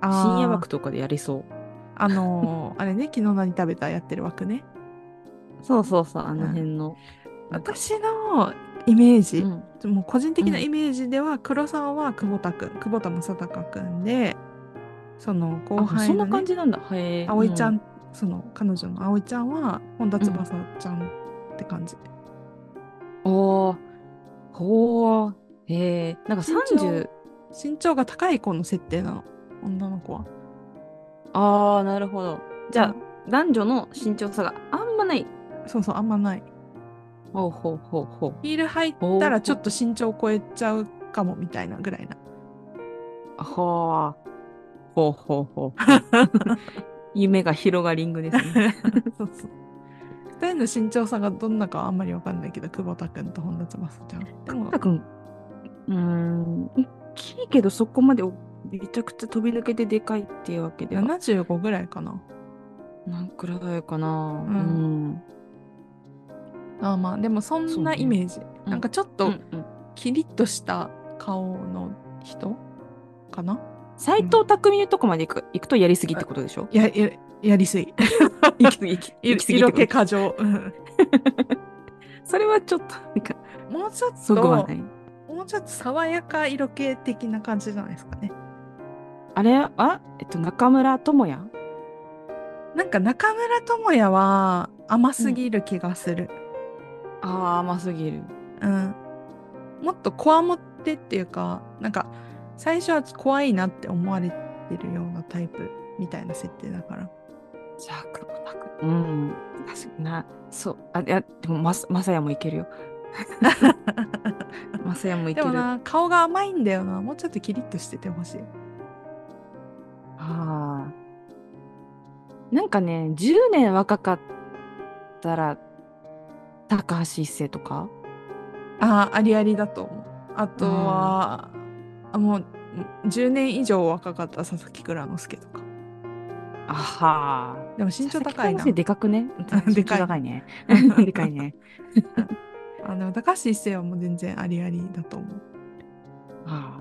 Speaker 1: あー
Speaker 2: 深夜枠とかでやりそう。
Speaker 1: あのーあれね昨日何食べたやってる枠ね
Speaker 2: そうそうそう、あの辺の。なんか
Speaker 1: 私のイメー
Speaker 2: う
Speaker 1: ジ、
Speaker 2: ん。
Speaker 1: もう個人的な
Speaker 2: うん
Speaker 1: イメージでは黒沢は久保田君久保田正孝君でその後
Speaker 2: あ、
Speaker 1: 輩
Speaker 2: そん
Speaker 1: の、
Speaker 2: な
Speaker 1: ね、
Speaker 2: 感じなんだ。へえ。
Speaker 1: 葵ちゃん、
Speaker 2: う。
Speaker 1: その彼女の葵ちゃんは本田翼ちゃんって感じ、
Speaker 2: おー。ほー。へえ。なんか
Speaker 1: 身長
Speaker 2: 30。
Speaker 1: 身長が高い子の設定なの女の子は
Speaker 2: あー、なるほど。じゃあ、男女の身長差があんまない。
Speaker 1: そうそうあんまない
Speaker 2: ほうほうほうほう。
Speaker 1: ヒール入ったらちょっと身長超えちゃうかもみたいなぐらいな。
Speaker 2: はあ。ほうほうほうほう。夢が広がりんぐですね。
Speaker 1: そうそう。二人の身長差がどんなかはあんまりわかんないけど、久保田くんと本田翼ちゃ ん。でも
Speaker 2: た、くん、うーん、大きいけどそこまでおめちゃくちゃ飛び抜けてでかいっていうわけでは。
Speaker 1: 75ぐらいかな。
Speaker 2: なんくらいかな。
Speaker 1: う
Speaker 2: うんん。
Speaker 1: あーまあ、でもそん
Speaker 2: そう
Speaker 1: な
Speaker 2: ね
Speaker 1: イメージ。
Speaker 2: うん
Speaker 1: なんかちょっ
Speaker 2: う
Speaker 1: と
Speaker 2: んうん
Speaker 1: キリッとした顔の人かな
Speaker 2: 斎藤匠のとこまで行く行くとやりすぎってことでしょ
Speaker 1: や、や、やりす ぎ。
Speaker 2: 行き過ぎ行き行き過ぎ
Speaker 1: 色気
Speaker 2: ってこ
Speaker 1: 過剰。うん
Speaker 2: とそれはちょっとなんか
Speaker 1: もうちょっ
Speaker 2: そ
Speaker 1: と、
Speaker 2: ぐはない
Speaker 1: もうちょっと爽やか色気的な感じじゃないですかね。
Speaker 2: あれは、えっと、中村智也
Speaker 1: なんか中村智也は甘すぎる気がする。
Speaker 2: ああ甘すぎる
Speaker 1: うん、もっとこわもってっていうかなんか最初は怖いなって思われてるようなタイプみたいな設定だ から
Speaker 2: じゃあ黒田君うん確かになそうあいやでもまさまさやもいけるよまさやもい
Speaker 1: で
Speaker 2: ける
Speaker 1: もな顔が甘いんだよなもうちょっとキリッとしててほしい
Speaker 2: あーなんかね10年若かったら高橋一生とか
Speaker 1: ああありありだと思うあとは、あもう10年以上若かった佐々木蔵之介とか
Speaker 2: あはー
Speaker 1: でも身長高いな
Speaker 2: 佐々木さんのせ でかくね
Speaker 1: でかい
Speaker 2: 身長高いね でかいね
Speaker 1: あでも高橋一生はもう全然ありありだと思う
Speaker 2: あ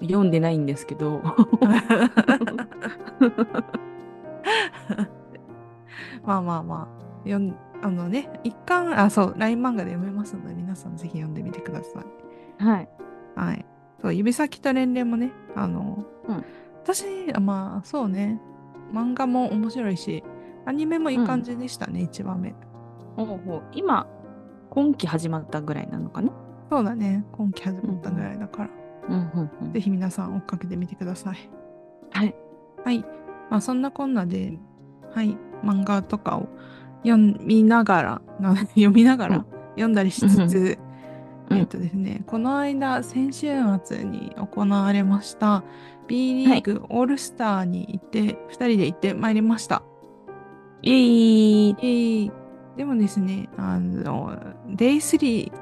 Speaker 2: ー読んでないんですけど
Speaker 1: まあまあまあ読んあのね一巻あそう LINE 漫画で読めますので皆さんぜひ読んでみてください
Speaker 2: はい
Speaker 1: はい。そう、指先と年齢もね、あの、
Speaker 2: うん
Speaker 1: 私、あまあ、そうね、漫画も面白いし、アニメもいい感じでしたね、一番目。
Speaker 2: ほうほう今今期始まったぐらいなのかな
Speaker 1: そうだね、今期始まったぐらいだから、
Speaker 2: うんうんうん
Speaker 1: ぜひ皆さん追っかけてみてください。
Speaker 2: はい
Speaker 1: はい。まあそんなこんなで、はい、漫画とかを読みながら、な 読みながら
Speaker 2: うん
Speaker 1: 読んだりしつつ、
Speaker 2: うん
Speaker 1: えっとですね、この間、先週末に行われました、B リーグオールスターに行って、2人で行ってまいりました。
Speaker 2: イエイ
Speaker 1: えーでもですね、あの、デイ3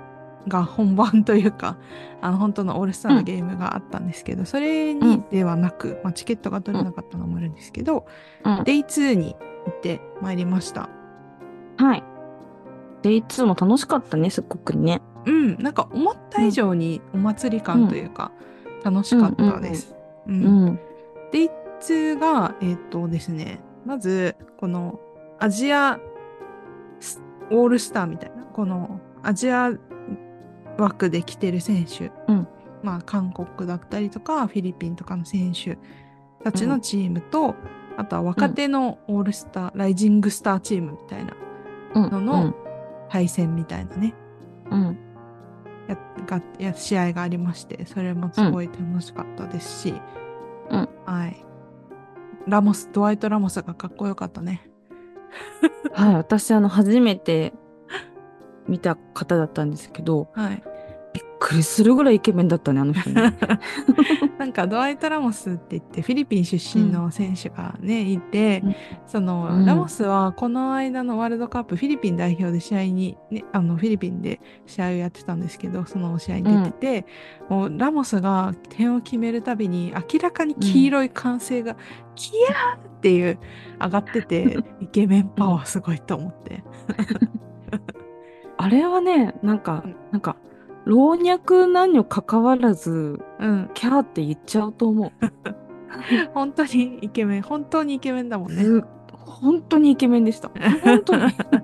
Speaker 1: が本番というか、 あの、本当のオールスターのゲームがあったんですけど、それにではなく、まあ、チケットが取れなかったのもあるんですけど、
Speaker 2: うん
Speaker 1: デイ2に行ってまいりました。
Speaker 2: はい。デイ2も楽しかったね、すっごくね。
Speaker 1: うん、なんか思った以上にお祭り感というか、楽しかったです。うん
Speaker 2: うん。
Speaker 1: デイ2が、えっ、とですね、まず、このアジアスオールスターみたいな、このアジア枠で来てる選手、
Speaker 2: うん
Speaker 1: まあ韓国だったりとか、フィリピンとかの選手たちのチームと、あとは若手のオールスター、ライジングスターチームみたいな
Speaker 2: うん。
Speaker 1: のの対戦みたいなね、
Speaker 2: うん。うん。
Speaker 1: やがや試合がありましてそれもすごい楽しかったですし、
Speaker 2: うん
Speaker 1: はいラモスドワイト・ラモスがかっこよかったね
Speaker 2: はい、私、あの、初めて見た方だったんですけど、
Speaker 1: はい
Speaker 2: びっくりするぐらいイケメンだったね、あの 人ね。
Speaker 1: なんかドワイト・ラモスって言ってフィリピン出身の選手がね、いて、
Speaker 2: うん
Speaker 1: その、
Speaker 2: うん
Speaker 1: ラモスはこの間のワールドカップフィリピン代表で試合に、ね、あのフィリピンで試合をやってたんですけどその試合に出てて、もうラモスが点を決めるたびに明らかに黄色い歓声が、キヤーっていう上がって てイケメンパワーすごいと思って。
Speaker 2: あれはね、なんか、
Speaker 1: うん
Speaker 2: なんか、老若男女関わらず、
Speaker 1: うん、
Speaker 2: キャーって言っちゃうと思う。
Speaker 1: 本当にイケメン本当にイケメン だもんね。
Speaker 2: ず本当にイケメン でした。本当に、なんか、え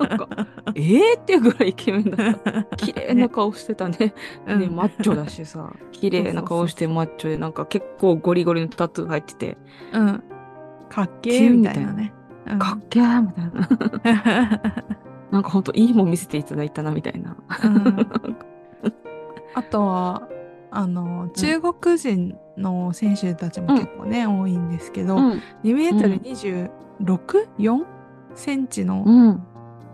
Speaker 2: ーっていうぐらいイケメンだった。綺麗な顔してたね。
Speaker 1: う
Speaker 2: ね、
Speaker 1: ん
Speaker 2: マッチョだしさ、 綺麗な顔してマッチョで、なんか結構ゴリゴリのタトゥー入ってて、
Speaker 1: うん、かっけーみたいなね。うん
Speaker 2: かっけーみたいな。 なんかほんといいもん見せていただいたな、みたいな。
Speaker 1: うんあとはあの中国人の選手たちも結構ね、多いんですけど、
Speaker 2: うん。
Speaker 1: 2メートル2 6 4センチの,、
Speaker 2: うん。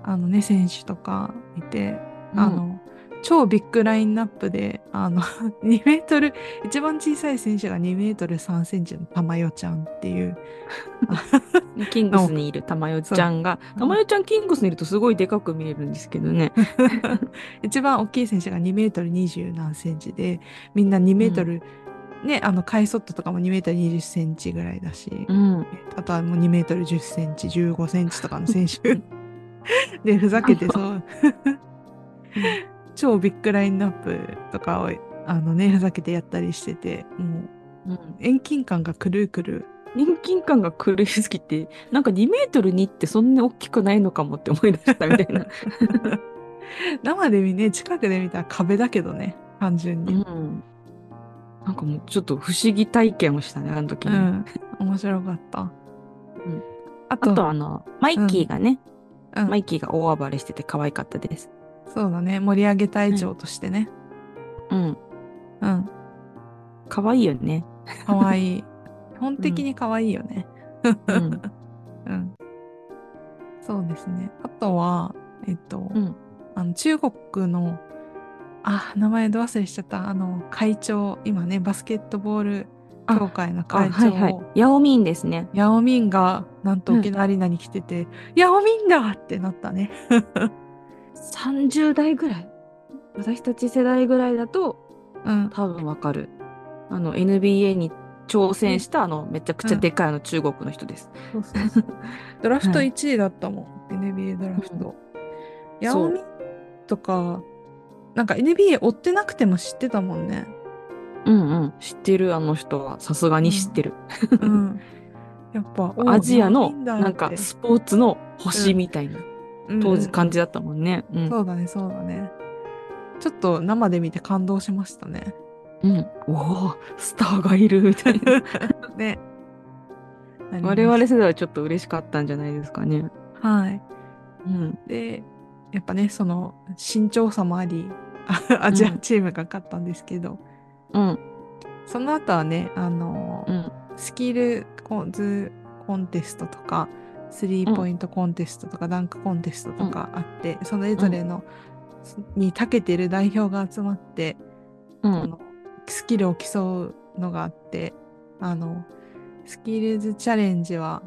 Speaker 1: あのね、選手とかいて、あの超ビッグラインナップであの 2メートル一番小さい選手が2メートル3センチの玉代ちゃんっていう
Speaker 2: うん、キングスにいるたまよちゃんが
Speaker 1: そう、
Speaker 2: たまよちゃんキングスにいるとすごいでかく見えるんですけどね。
Speaker 1: 一番大きい選手が2メートル20何センチでみんな2メートル、ねあのカイソットとかも2メートル20センチぐらいだし、
Speaker 2: うん。
Speaker 1: あとはもう2メートル10センチ、15センチとかの選手 でふざけてそう、 超ビッグラインナップとかをあのね、ふざけてやったりしてて、もう
Speaker 2: うん、
Speaker 1: 遠近感がくるくる。
Speaker 2: 遠近感が狂いすぎて、なんか2メートル2ってそんな大きくないのかもって思い出したみたいな。
Speaker 1: 生で見ね、近くで見たら壁だけどね、単純
Speaker 2: う
Speaker 1: に。
Speaker 2: ん。なんかもうちょっと不思議体験をしたね、あの時
Speaker 1: う
Speaker 2: に。
Speaker 1: ん、面白かった。
Speaker 2: うん
Speaker 1: あと
Speaker 2: あとあの、マイキーがね、
Speaker 1: うん
Speaker 2: マイキーが大暴れしてて可愛かったです。
Speaker 1: そうだね、盛り上げ隊長としてね。
Speaker 2: うん。
Speaker 1: うん、
Speaker 2: 可愛いよね。
Speaker 1: かわ いい。基本的にかわいいよね。
Speaker 2: うん。
Speaker 1: うん。そうですね。あとは、えっと、
Speaker 2: うん
Speaker 1: あの中国の、あ、名前ど忘れしちゃった、あの、会長、今ね、バスケットボール協会の
Speaker 2: あ、は
Speaker 1: 会
Speaker 2: い
Speaker 1: 長を、
Speaker 2: はい。ヤオミンですね。
Speaker 1: ヤオミンが、なんと
Speaker 2: うん
Speaker 1: 沖縄アリーナに来てて、ヤオミンだってなったね。
Speaker 2: 30代ぐらい。私たち世代ぐらいだと
Speaker 1: うん。
Speaker 2: 多分わかる。あの NBA に挑戦したあのめちゃくちゃでかいあの中国の人です。
Speaker 1: そうそうそう ドラフト
Speaker 2: はい
Speaker 1: 1位だったもん、NBA ドラフト。ヤオミンとか、なんか NBA 追ってなくても知ってたもんね。
Speaker 2: うんうん。知ってるあの人はさすがに知ってる。
Speaker 1: うんやっぱ
Speaker 2: アジアの
Speaker 1: おー
Speaker 2: なん
Speaker 1: い
Speaker 2: か
Speaker 1: いだって
Speaker 2: スポーツの星みたいな当時感じ
Speaker 1: だ、
Speaker 2: だったもんね。う
Speaker 1: うん
Speaker 2: ん。
Speaker 1: そうだねそうだねちょっと生で見て感動しましたね
Speaker 2: うん、おおスターがいるみたい な。
Speaker 1: ねなりまし
Speaker 2: 我
Speaker 1: た
Speaker 2: 々世代はちょっと嬉しかったんじゃないですかね。
Speaker 1: はい
Speaker 2: うん。
Speaker 1: でやっぱねその身長差もありあアジアチームが勝ったんですけど、
Speaker 2: うん。
Speaker 1: その後はねあのー
Speaker 2: うん。
Speaker 1: スキルこうずコンテストとかスリーポイントコンテストとか、ダンクコンテストとかあって、それぞれの、に長けてる代表が集まって、
Speaker 2: う
Speaker 1: あ
Speaker 2: ん
Speaker 1: のスキルを競うのがあってあのスキルズチャレンジは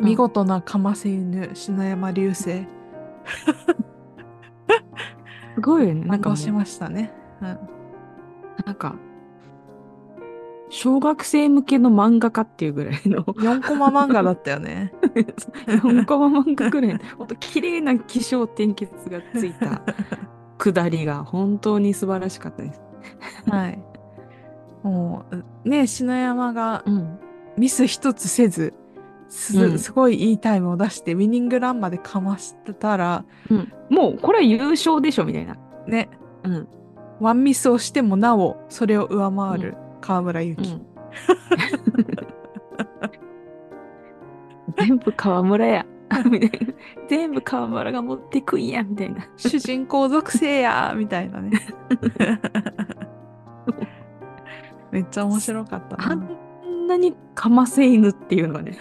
Speaker 2: うん
Speaker 1: 見事なかませ犬、篠山流星
Speaker 2: すごいよね。な
Speaker 1: なん
Speaker 2: かも
Speaker 1: ん
Speaker 2: う
Speaker 1: しましたね。うん
Speaker 2: なんか、小学生向けの漫画家っていうぐらい の、
Speaker 1: 4コマ漫画だったよ ね。
Speaker 2: 4コマ漫画ぐらいの、ほんと綺麗な気象転結がつい た下りが本当に素晴らしかったです。
Speaker 1: はい。もう、ね、篠山が
Speaker 2: うん。
Speaker 1: ミス一つせず、
Speaker 2: う
Speaker 1: す
Speaker 2: ん
Speaker 1: すごいいいタイムを出して、ウィニングランまでかましてたら、
Speaker 2: うん、もう、これは優勝でしょみたいな。
Speaker 1: ね、
Speaker 2: うん。
Speaker 1: ワンミスをしてもなお、それを上回る河村ゆ
Speaker 2: う
Speaker 1: き。
Speaker 2: ん、全部河村や。みたいな全部河村が持ってくんやみたいな。
Speaker 1: 主人公属性やみたいなね。めっちゃ面白かったな。
Speaker 2: あんなにかませ犬っていうのは ね。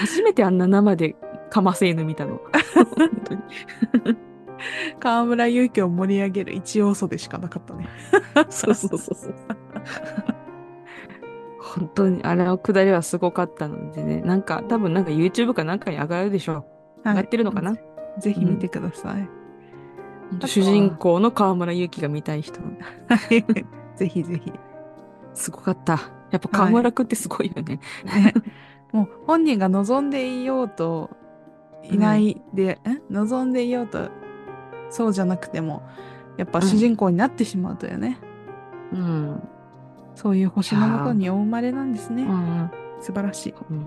Speaker 2: 初めてあんな生でかませ犬見たの。本当に
Speaker 1: 河村勇輝を盛り上げる一要素でしかなかったね。
Speaker 2: そうそうそうそう。本当にあれの下りはすごかったのでね。なんか多分なんか YouTube かなんかに上がるでしょう。
Speaker 1: はい
Speaker 2: 上がってるのかな、
Speaker 1: ぜひ見てください。
Speaker 2: 本当
Speaker 1: あとは
Speaker 2: 主人公の河村勇輝が見たい人。
Speaker 1: はい ぜひぜひ。
Speaker 2: すごかった。やっぱ河村くんってすごいよね。
Speaker 1: ね、もう本人が望んでいようといないで、え望んでいようとそうじゃなくてもやっぱ主人公になってしまうというね、
Speaker 2: うん。
Speaker 1: そういう星のもとにお生まれなんです
Speaker 2: う
Speaker 1: ね、
Speaker 2: ん。
Speaker 1: 素晴らしい
Speaker 2: うん、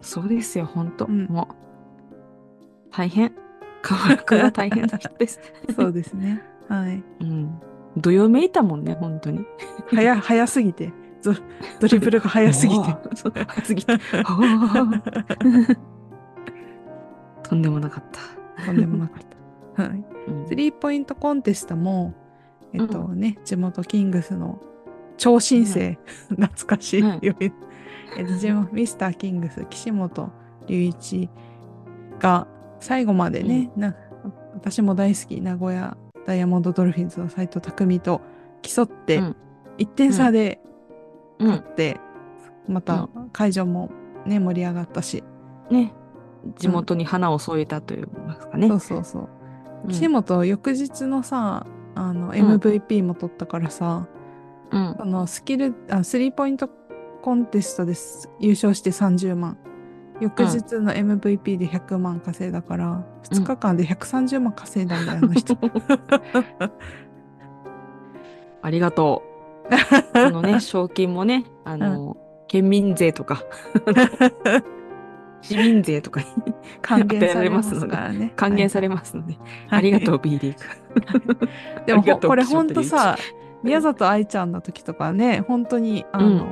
Speaker 2: そうですよ、本当、
Speaker 1: うん
Speaker 2: もう大変。河村君は大変な人です。
Speaker 1: そうですねはい
Speaker 2: うん。どよめいたもんね、本当に。
Speaker 1: 早早すぎてドドリブルが早すぎ
Speaker 2: お
Speaker 1: て
Speaker 2: ーそう早すぎて。おーとんでもなかった。
Speaker 1: とんでもなかった、はい、
Speaker 2: うん
Speaker 1: スリーポイントコンテストもえっとね、地元キングスの超新星、懐かしい、
Speaker 2: はい
Speaker 1: よりえっと地元ミスターキングス岸本隆一が最後までね、な私も大好き名古屋ダイヤモンドドルフィンズの斎藤匠と競って、
Speaker 2: うん
Speaker 1: 1点差で
Speaker 2: うん。
Speaker 1: で、また会場もね盛り上がったし、
Speaker 2: ね。地元に花を添えたといいますかね。
Speaker 1: そうそうそう、
Speaker 2: うん
Speaker 1: 岸本翌日のさあの
Speaker 2: ん
Speaker 1: MVP も取ったからさ、
Speaker 2: うん
Speaker 1: そのスキルあスリーポイントコンテストです優勝して30万翌日の MVP で100万稼いだから、
Speaker 2: うん
Speaker 1: 2日間で130万稼いだんだよあの 人
Speaker 2: ありがとう。このね、賞金もね、あの、県民税とか、市民税とかに
Speaker 1: 還元されますからね
Speaker 2: 還元されますので、ありがとう、B リーグ。
Speaker 1: うでも
Speaker 2: ありがとう
Speaker 1: これ
Speaker 2: 岸
Speaker 1: ほ
Speaker 2: 本
Speaker 1: んとさ宮里愛ちゃんの時とかね本当にあの、
Speaker 2: うん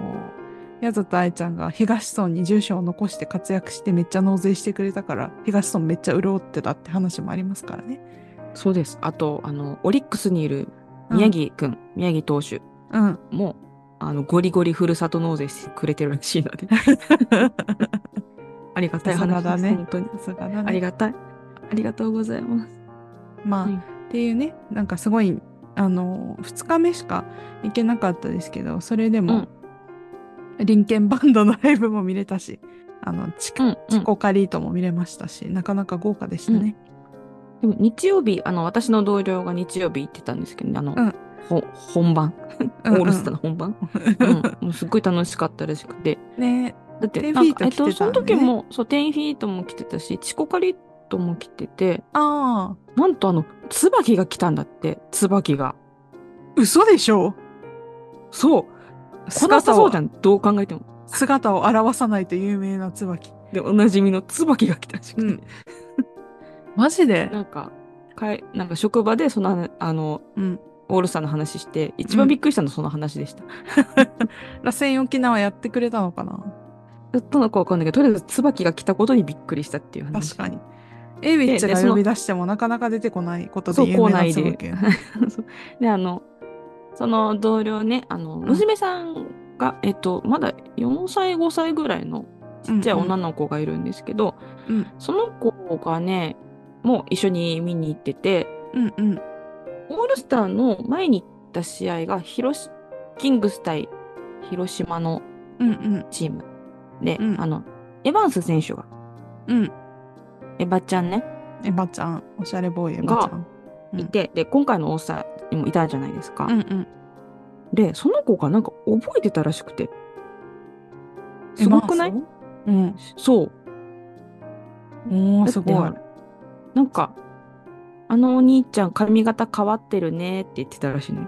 Speaker 1: 宮里愛ちゃんが東村に住所を残して活躍してめっちゃ納税してくれたから東村めっちゃ潤ってたって話もありますからね。
Speaker 2: そうです。あと、あの、オリックスにいる宮城くん、宮城投手
Speaker 1: うん、うん
Speaker 2: も、あの、ゴリゴリふるさと納税してくれてるらしいの で、ありがたい
Speaker 1: さすが
Speaker 2: 話
Speaker 1: だ
Speaker 2: です、
Speaker 1: ね
Speaker 2: 本当に。
Speaker 1: さすがだ
Speaker 2: あ
Speaker 1: ね
Speaker 2: りがたい。ありがとうございます。
Speaker 1: まあ、
Speaker 2: はい
Speaker 1: っていうねなんかすごいあの2日目しか行けなかったですけどそれでも、リンケンバンドのライブも見れたしあのチ,、
Speaker 2: うん、う
Speaker 1: チ
Speaker 2: ん。
Speaker 1: コカリートも見れましたしなかなか豪華でしたね。
Speaker 2: でも日曜日、あの、私の同僚が日曜日行ってたんですけどね、あの、
Speaker 1: うん
Speaker 2: ほ本番、
Speaker 1: うんうん
Speaker 2: オールスターの本番、うん、もうすっごい楽しかったらしくて、
Speaker 1: ね
Speaker 2: だって、
Speaker 1: 10
Speaker 2: なんか、
Speaker 1: フィ
Speaker 2: え
Speaker 1: ー
Speaker 2: っ
Speaker 1: ト
Speaker 2: と、
Speaker 1: 着てた
Speaker 2: そ
Speaker 1: ん
Speaker 2: の
Speaker 1: だね
Speaker 2: 時も、そう、10フィートも着てたし、チコカリットも着てて、
Speaker 1: ああ
Speaker 2: なんとあの、椿が来たんだって、椿が。
Speaker 1: 嘘でしょ
Speaker 2: そう、来なさ
Speaker 1: 姿
Speaker 2: そう
Speaker 1: を
Speaker 2: じゃん、どう考えても。
Speaker 1: 姿を表さないと有名な椿。
Speaker 2: で、おなじみの椿が来たらしくて、
Speaker 1: うんマジで
Speaker 2: なんか、かい、なんか職場で、その、あの、
Speaker 1: うん。
Speaker 2: オールスターの話して、一番びっくりしたの、その話でした。
Speaker 1: 螺旋沖縄やってくれたのかな
Speaker 2: だったのかわかんないけど、とりあえず椿が来たことにびっくりしたっていう話。
Speaker 1: 確かに。エイビッチ
Speaker 2: でで
Speaker 1: が
Speaker 2: その
Speaker 1: 呼び出してもなかなか出てこないこと
Speaker 2: そ
Speaker 1: で
Speaker 2: う、
Speaker 1: 有
Speaker 2: 校
Speaker 1: 名な
Speaker 2: 内で
Speaker 1: 椿。
Speaker 2: そうで、あの、その同僚ね、あの、娘さんが、えっと、まだ4歳5歳ぐらいのちっちゃい女の子がいるんですけど、
Speaker 1: うんうん
Speaker 2: その子がねもう一緒に見に行ってて
Speaker 1: うんうん
Speaker 2: オールスターの前に行った試合が広しキングス対広島の
Speaker 1: うんうん
Speaker 2: チームで、
Speaker 1: うん
Speaker 2: あのエヴァンス選手が
Speaker 1: うん
Speaker 2: エバちゃんね
Speaker 1: エバちゃんおしゃれボーイエバちゃんうん
Speaker 2: いて、で今回のオールスターにもいたじゃないですか、
Speaker 1: うんうん
Speaker 2: でその子がなんか覚えてたらしくてすごくない
Speaker 1: エヴァンスを
Speaker 2: そう
Speaker 1: うんおーすご
Speaker 2: だ
Speaker 1: い
Speaker 2: ってなんか、あのお兄ちゃん髪型変わってるねって言ってたらしいね。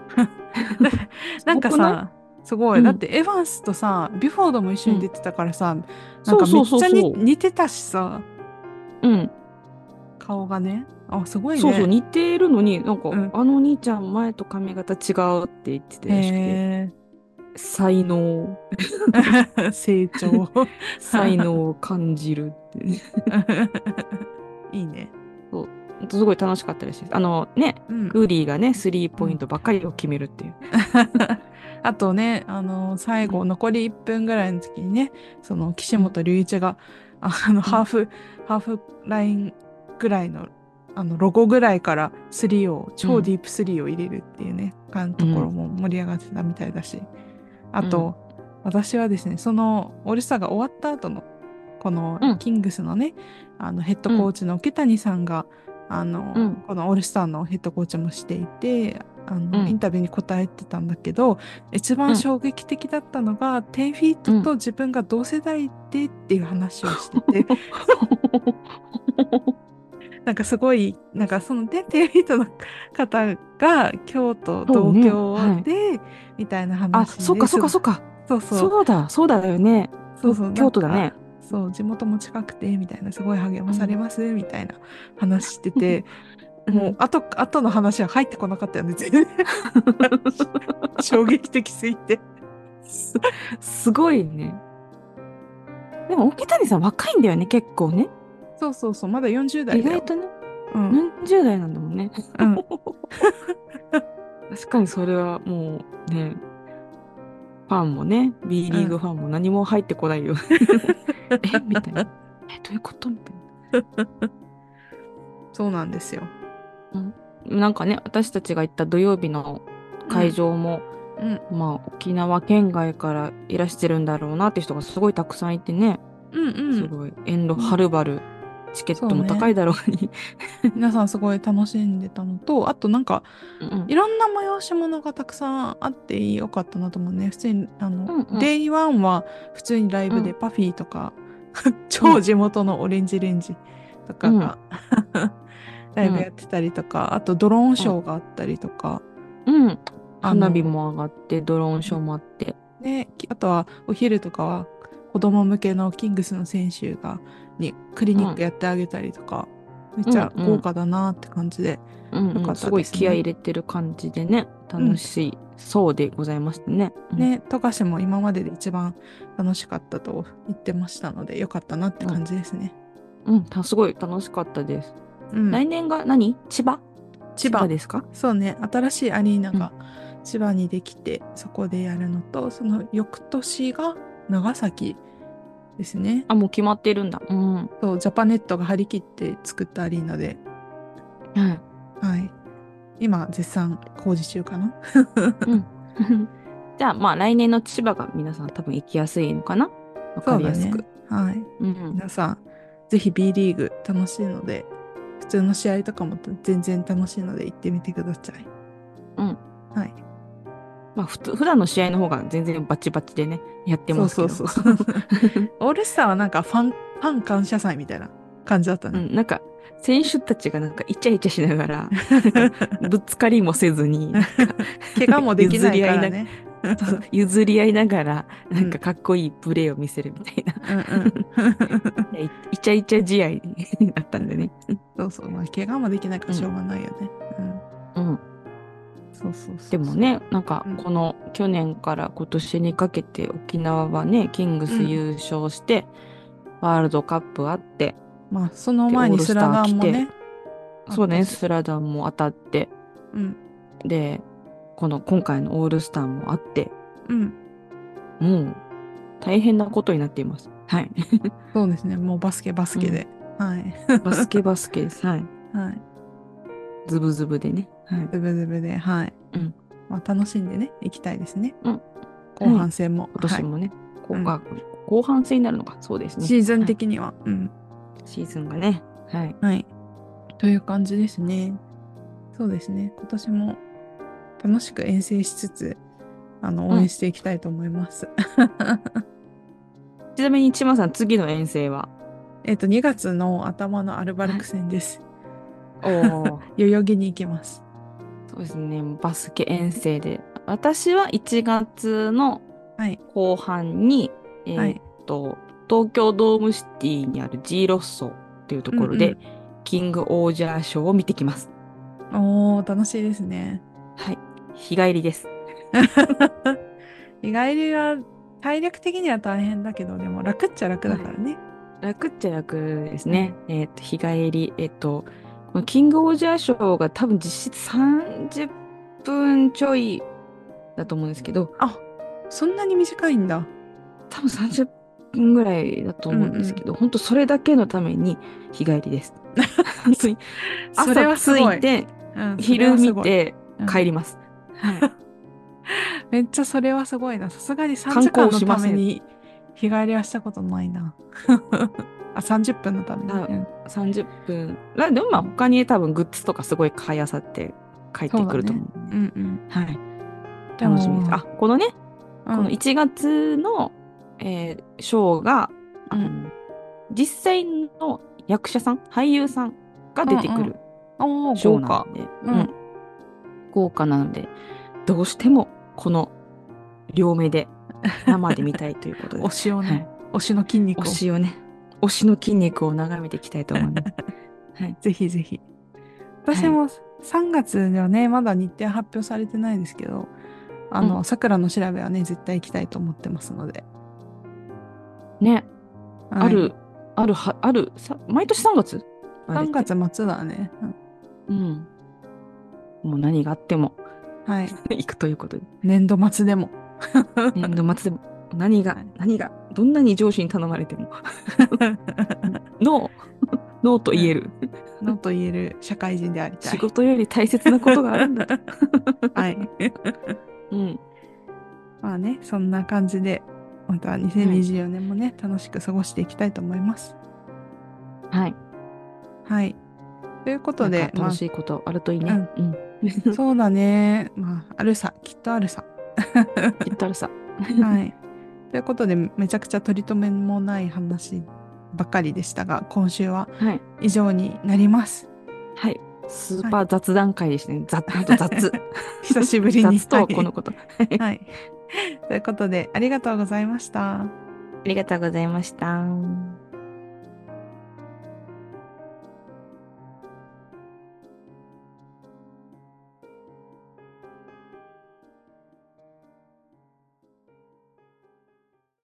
Speaker 1: なんか
Speaker 2: すごくない、
Speaker 1: さすごい、
Speaker 2: うん
Speaker 1: だってエヴァンスとさビュフォードも一緒に出てたからさ、な
Speaker 2: そ
Speaker 1: んか
Speaker 2: う
Speaker 1: め
Speaker 2: そ
Speaker 1: っ
Speaker 2: うそう
Speaker 1: ちゃ
Speaker 2: そ
Speaker 1: に
Speaker 2: う。
Speaker 1: 似てたしさ
Speaker 2: うん、
Speaker 1: 顔がねあすごいね
Speaker 2: そうそう、似てるのに、なんか、
Speaker 1: うん
Speaker 2: あのお兄ちゃん前と髪型違うって言ってたらしくて、
Speaker 1: へ
Speaker 2: 才 能、
Speaker 1: ー成長
Speaker 2: 才能を感じるって、
Speaker 1: いいね
Speaker 2: ほんとすごい楽しかったらしいです。あのね、
Speaker 1: うん
Speaker 2: グーリーがね、スリーポイントばっかりを決めるっていう。
Speaker 1: あとね、あの、最後、残り1分ぐらいの時にね、その、岸本隆一が、あの、ハーフ、ハーフラインぐらいの、あの、ロゴぐらいから、スリーを、超ディープスリーを入れるっていうね、かんところも盛り上がってたみたいだし。あと、私はですね、その、オールスターが終わった後の、こ
Speaker 2: う
Speaker 1: の
Speaker 2: ん、
Speaker 1: キングスのね、あの、ヘッドコーチの桶谷さんが、あの、
Speaker 2: うん
Speaker 1: このオールスターのヘッドコーチもしていて、あの、
Speaker 2: うん
Speaker 1: インタビューに答えてたんだけど、一
Speaker 2: う
Speaker 1: 番
Speaker 2: ん
Speaker 1: 衝撃的だったのが、10フィートと自分が同世代でっていう話をしてて、 なんかすごい、なんかそのね、10フィートの方が京都
Speaker 2: そう
Speaker 1: 同
Speaker 2: ね
Speaker 1: 郷で、みたいな
Speaker 2: あ、
Speaker 1: 話で
Speaker 2: そっかそっかそっか。
Speaker 1: そうそうそう
Speaker 2: そうだ、そうだよね。
Speaker 1: そうそう
Speaker 2: 京都だね。
Speaker 1: そう地元も近くてみたいなすごい励まされます、みたいな話してて、もう後後の話は入ってこなかったよね 全然衝撃的すぎて
Speaker 2: すすごいね。でも、沖谷さん若いんだよね、結構ね。
Speaker 1: そうそうそうまだ40代
Speaker 2: 意
Speaker 1: だ
Speaker 2: 外
Speaker 1: よ、
Speaker 2: とね、
Speaker 1: うん
Speaker 2: 40代なんだもんね。
Speaker 1: うん、
Speaker 2: 確かにそれはもうね、ファンもね、B リーグファンも何も入ってこないよ。 えみたいな。え、どういうことみたい
Speaker 1: そうなんですよ
Speaker 2: な。なんかね、私たちが行った土曜日の会場も、
Speaker 1: うん
Speaker 2: まあ、沖縄県外からいらしてるんだろうなって人がすごいたくさんいてね、
Speaker 1: うんう
Speaker 2: す
Speaker 1: ん
Speaker 2: ごい遠路はるばる、チケットも高いだろうに。
Speaker 1: 皆さんすごい楽しんでたのとあとなんか
Speaker 2: うん
Speaker 1: いろんな催し物がたくさんあってよかったなと思うね普通にあの、
Speaker 2: うんうん
Speaker 1: デイワンは普通にライブで
Speaker 2: う
Speaker 1: パフィーとか、 超地元のオレンジレンジとかが、 ライブやってたりとか、あとドローンショーがあったりとか、
Speaker 2: うん。
Speaker 1: あの
Speaker 2: 花火も上がって、ドローンショーもあって。
Speaker 1: ね、きあとはお昼とかは子供向けのキングスの選手がにクリニックやってあげたりとか、めっちゃ
Speaker 2: うんうん
Speaker 1: 豪華だなって感じで、
Speaker 2: うん
Speaker 1: よ
Speaker 2: う
Speaker 1: かったですね
Speaker 2: ん、すごい気合い入れてる感じでね楽しいそうでございましたね。うん、
Speaker 1: ね富樫も今までで一番楽しかったと言ってましたのでよかったなって感じですね。
Speaker 2: うんたすごい楽しかったです。
Speaker 1: うん
Speaker 2: 来年が何千葉
Speaker 1: 千葉
Speaker 2: ですか
Speaker 1: そうね新しいアリーナが千葉にできて、そこでやるのとその翌年が長崎ですね
Speaker 2: あもう決まってるんだ。うんは
Speaker 1: そうジャパネットが張り切って作ったアリーナで、
Speaker 2: い
Speaker 1: はい、今絶賛工事中かな
Speaker 2: じゃあまあ来年の千葉が皆さん多分行きやすいのかなわかりやすく。
Speaker 1: はい、
Speaker 2: うん
Speaker 1: 皆さんぜひ B リーグ楽しいので普通の試合とかも全然楽しいので行ってみてください。
Speaker 2: うん
Speaker 1: はい、
Speaker 2: まあ、普通普段の試合の方が全然バチバチでねやってますけど
Speaker 1: そうそうそう オールスターはなんかファンファン感謝祭みたいな感じだった
Speaker 2: う
Speaker 1: ね。
Speaker 2: ん、なんか選手たちがなんかイチャイチャしな がらなんかぶつかりもせずになんか
Speaker 1: 怪我もできないから
Speaker 2: 譲り合い
Speaker 1: ね。
Speaker 2: そうそう譲り合いながら
Speaker 1: うん
Speaker 2: なんかかっこいいプレーを見せるみた いな、
Speaker 1: うんうん、
Speaker 2: いイチャイチャ試合になったんでね、
Speaker 1: そうそう、まあ、怪我もできないからしょうがないよね。うん
Speaker 2: うん、
Speaker 1: そうそうそう
Speaker 2: でもねなんか
Speaker 1: うん
Speaker 2: この去年から今年にかけて沖縄はねキングス優勝して、ワールドカップあって
Speaker 1: まあその前にスラダンも
Speaker 2: オー
Speaker 1: ね
Speaker 2: そうね
Speaker 1: す
Speaker 2: スラダンも当たって
Speaker 1: うん
Speaker 2: でこの今回のオールスターもあって
Speaker 1: うん
Speaker 2: もう大変なことになっています。はい。
Speaker 1: そうですね。もうバスケバスケで。はい。
Speaker 2: バスケバスケです。はい。
Speaker 1: はい。
Speaker 2: ズブズブでね。はい。
Speaker 1: ズブズブで、はい。
Speaker 2: うん
Speaker 1: まあ、楽しんでね、行きたいですね。
Speaker 2: うん
Speaker 1: 後半戦も。
Speaker 2: 今年もね、こう
Speaker 1: うん
Speaker 2: あ後半戦になるのか。そうです
Speaker 1: はい
Speaker 2: ね。
Speaker 1: シーズン
Speaker 2: はい
Speaker 1: 的には。うん。
Speaker 2: シーズンがね。はい。
Speaker 1: はい。という感じですね。そうですね。今年も楽しく遠征しつつ、あの、
Speaker 2: ん
Speaker 1: 応援していきたいと思います。
Speaker 2: ちなみに千葉さん次の遠征は。
Speaker 1: えっと、2月の頭のアルバルク戦です。
Speaker 2: おお。
Speaker 1: 代々木に行きます。
Speaker 2: そうですね。バスケ遠征で。私は1月の
Speaker 1: はい。
Speaker 2: 後半に、え
Speaker 1: は
Speaker 2: ー
Speaker 1: い
Speaker 2: っ。と、東京ドームシティにあるジーロッソっていうところで、
Speaker 1: うん
Speaker 2: キングオージャーショーを見てきます。
Speaker 1: おー、楽しいですね。
Speaker 2: はい。日帰りです。
Speaker 1: 日帰りは体力的には大変だけど、でも楽っちゃ楽だからね。
Speaker 2: 楽っちゃ楽ですね。えーっと、日帰り。えーっと、このキングオージャーショーが多分実質30分ちょいだと思うんですけど、
Speaker 1: あ、そんなに短いんだ。
Speaker 2: 多分30分ぐらいだと思うんですけど、本当それだけのために日帰り です。本当に
Speaker 1: それはすご
Speaker 2: 朝
Speaker 1: い
Speaker 2: 着いて、
Speaker 1: うん
Speaker 2: 昼見、て
Speaker 1: うん
Speaker 2: 帰ります。 はい。
Speaker 1: めっちゃそれはすごいな。さすがに3
Speaker 2: 観
Speaker 1: 時間
Speaker 2: 光
Speaker 1: の
Speaker 2: したませ
Speaker 1: め
Speaker 2: ん
Speaker 1: に日帰りはしたことないな。 あ、30分のために。
Speaker 2: あ
Speaker 1: うん
Speaker 2: 30分。まあでもまあ他に多分グッズとかすごい買いあさって帰ってくると思うんで。
Speaker 1: うんうん。
Speaker 2: はい。
Speaker 1: でも
Speaker 2: 楽しみです。あ、、このね、
Speaker 1: うん
Speaker 2: この1月の、えーショーが、あの
Speaker 1: う
Speaker 2: 実際の役者さん、俳優さんが出てく
Speaker 1: うん
Speaker 2: る
Speaker 1: おー
Speaker 2: ショー
Speaker 1: 豪
Speaker 2: な
Speaker 1: 華。
Speaker 2: ので、
Speaker 1: う
Speaker 2: うんん豪華なので、どうしてもこの両目 で生で見たいということで
Speaker 1: 推、しを
Speaker 2: は
Speaker 1: ね
Speaker 2: い、
Speaker 1: 推しの筋肉を
Speaker 2: 推。しをね、推しの筋肉を眺めていきたいと思います。
Speaker 1: ぜひぜひ。私も3月ではね、まだ日程発表されてないですけど、あ
Speaker 2: う
Speaker 1: の、さくらの調べはね、絶対行きたいと思ってますので。
Speaker 2: ね、
Speaker 1: はい
Speaker 2: ある、あるは、ある、さ毎年3月
Speaker 1: 3。月末だね。うん
Speaker 2: うん。もう何があっても
Speaker 1: はい。
Speaker 2: 行くということで。
Speaker 1: 年度末でも。
Speaker 2: 年度末でも、何が、何が、どんなに上司に頼まれて も、ノー、ノーと言える。
Speaker 1: のと言える社会人でありたい。
Speaker 2: 仕事より大切なことがあるんだと。
Speaker 1: はい。
Speaker 2: うん。
Speaker 1: まあね、そんな感じで、また2024年もね、楽しく過ごしていきたいと思います。
Speaker 2: はい。
Speaker 1: はい。ということ
Speaker 2: なん
Speaker 1: で、
Speaker 2: か
Speaker 1: ま
Speaker 2: 楽しいことあるといいね。うん。
Speaker 1: あ、そうだね。まあ、あるさ、きっとある さ。
Speaker 2: きっとあるさ。
Speaker 1: はい。ということで、めちゃくちゃ取り留めもない話ばかりでしたが、今週は
Speaker 2: はい。
Speaker 1: 以上になり ます。
Speaker 2: はい。スーパー雑談会でしたね。雑、ほんと雑。
Speaker 1: 久しぶりに。
Speaker 2: 雑とこのこと。
Speaker 1: はい。はい。ということで、ありがとうございました。
Speaker 2: ありがとうございました。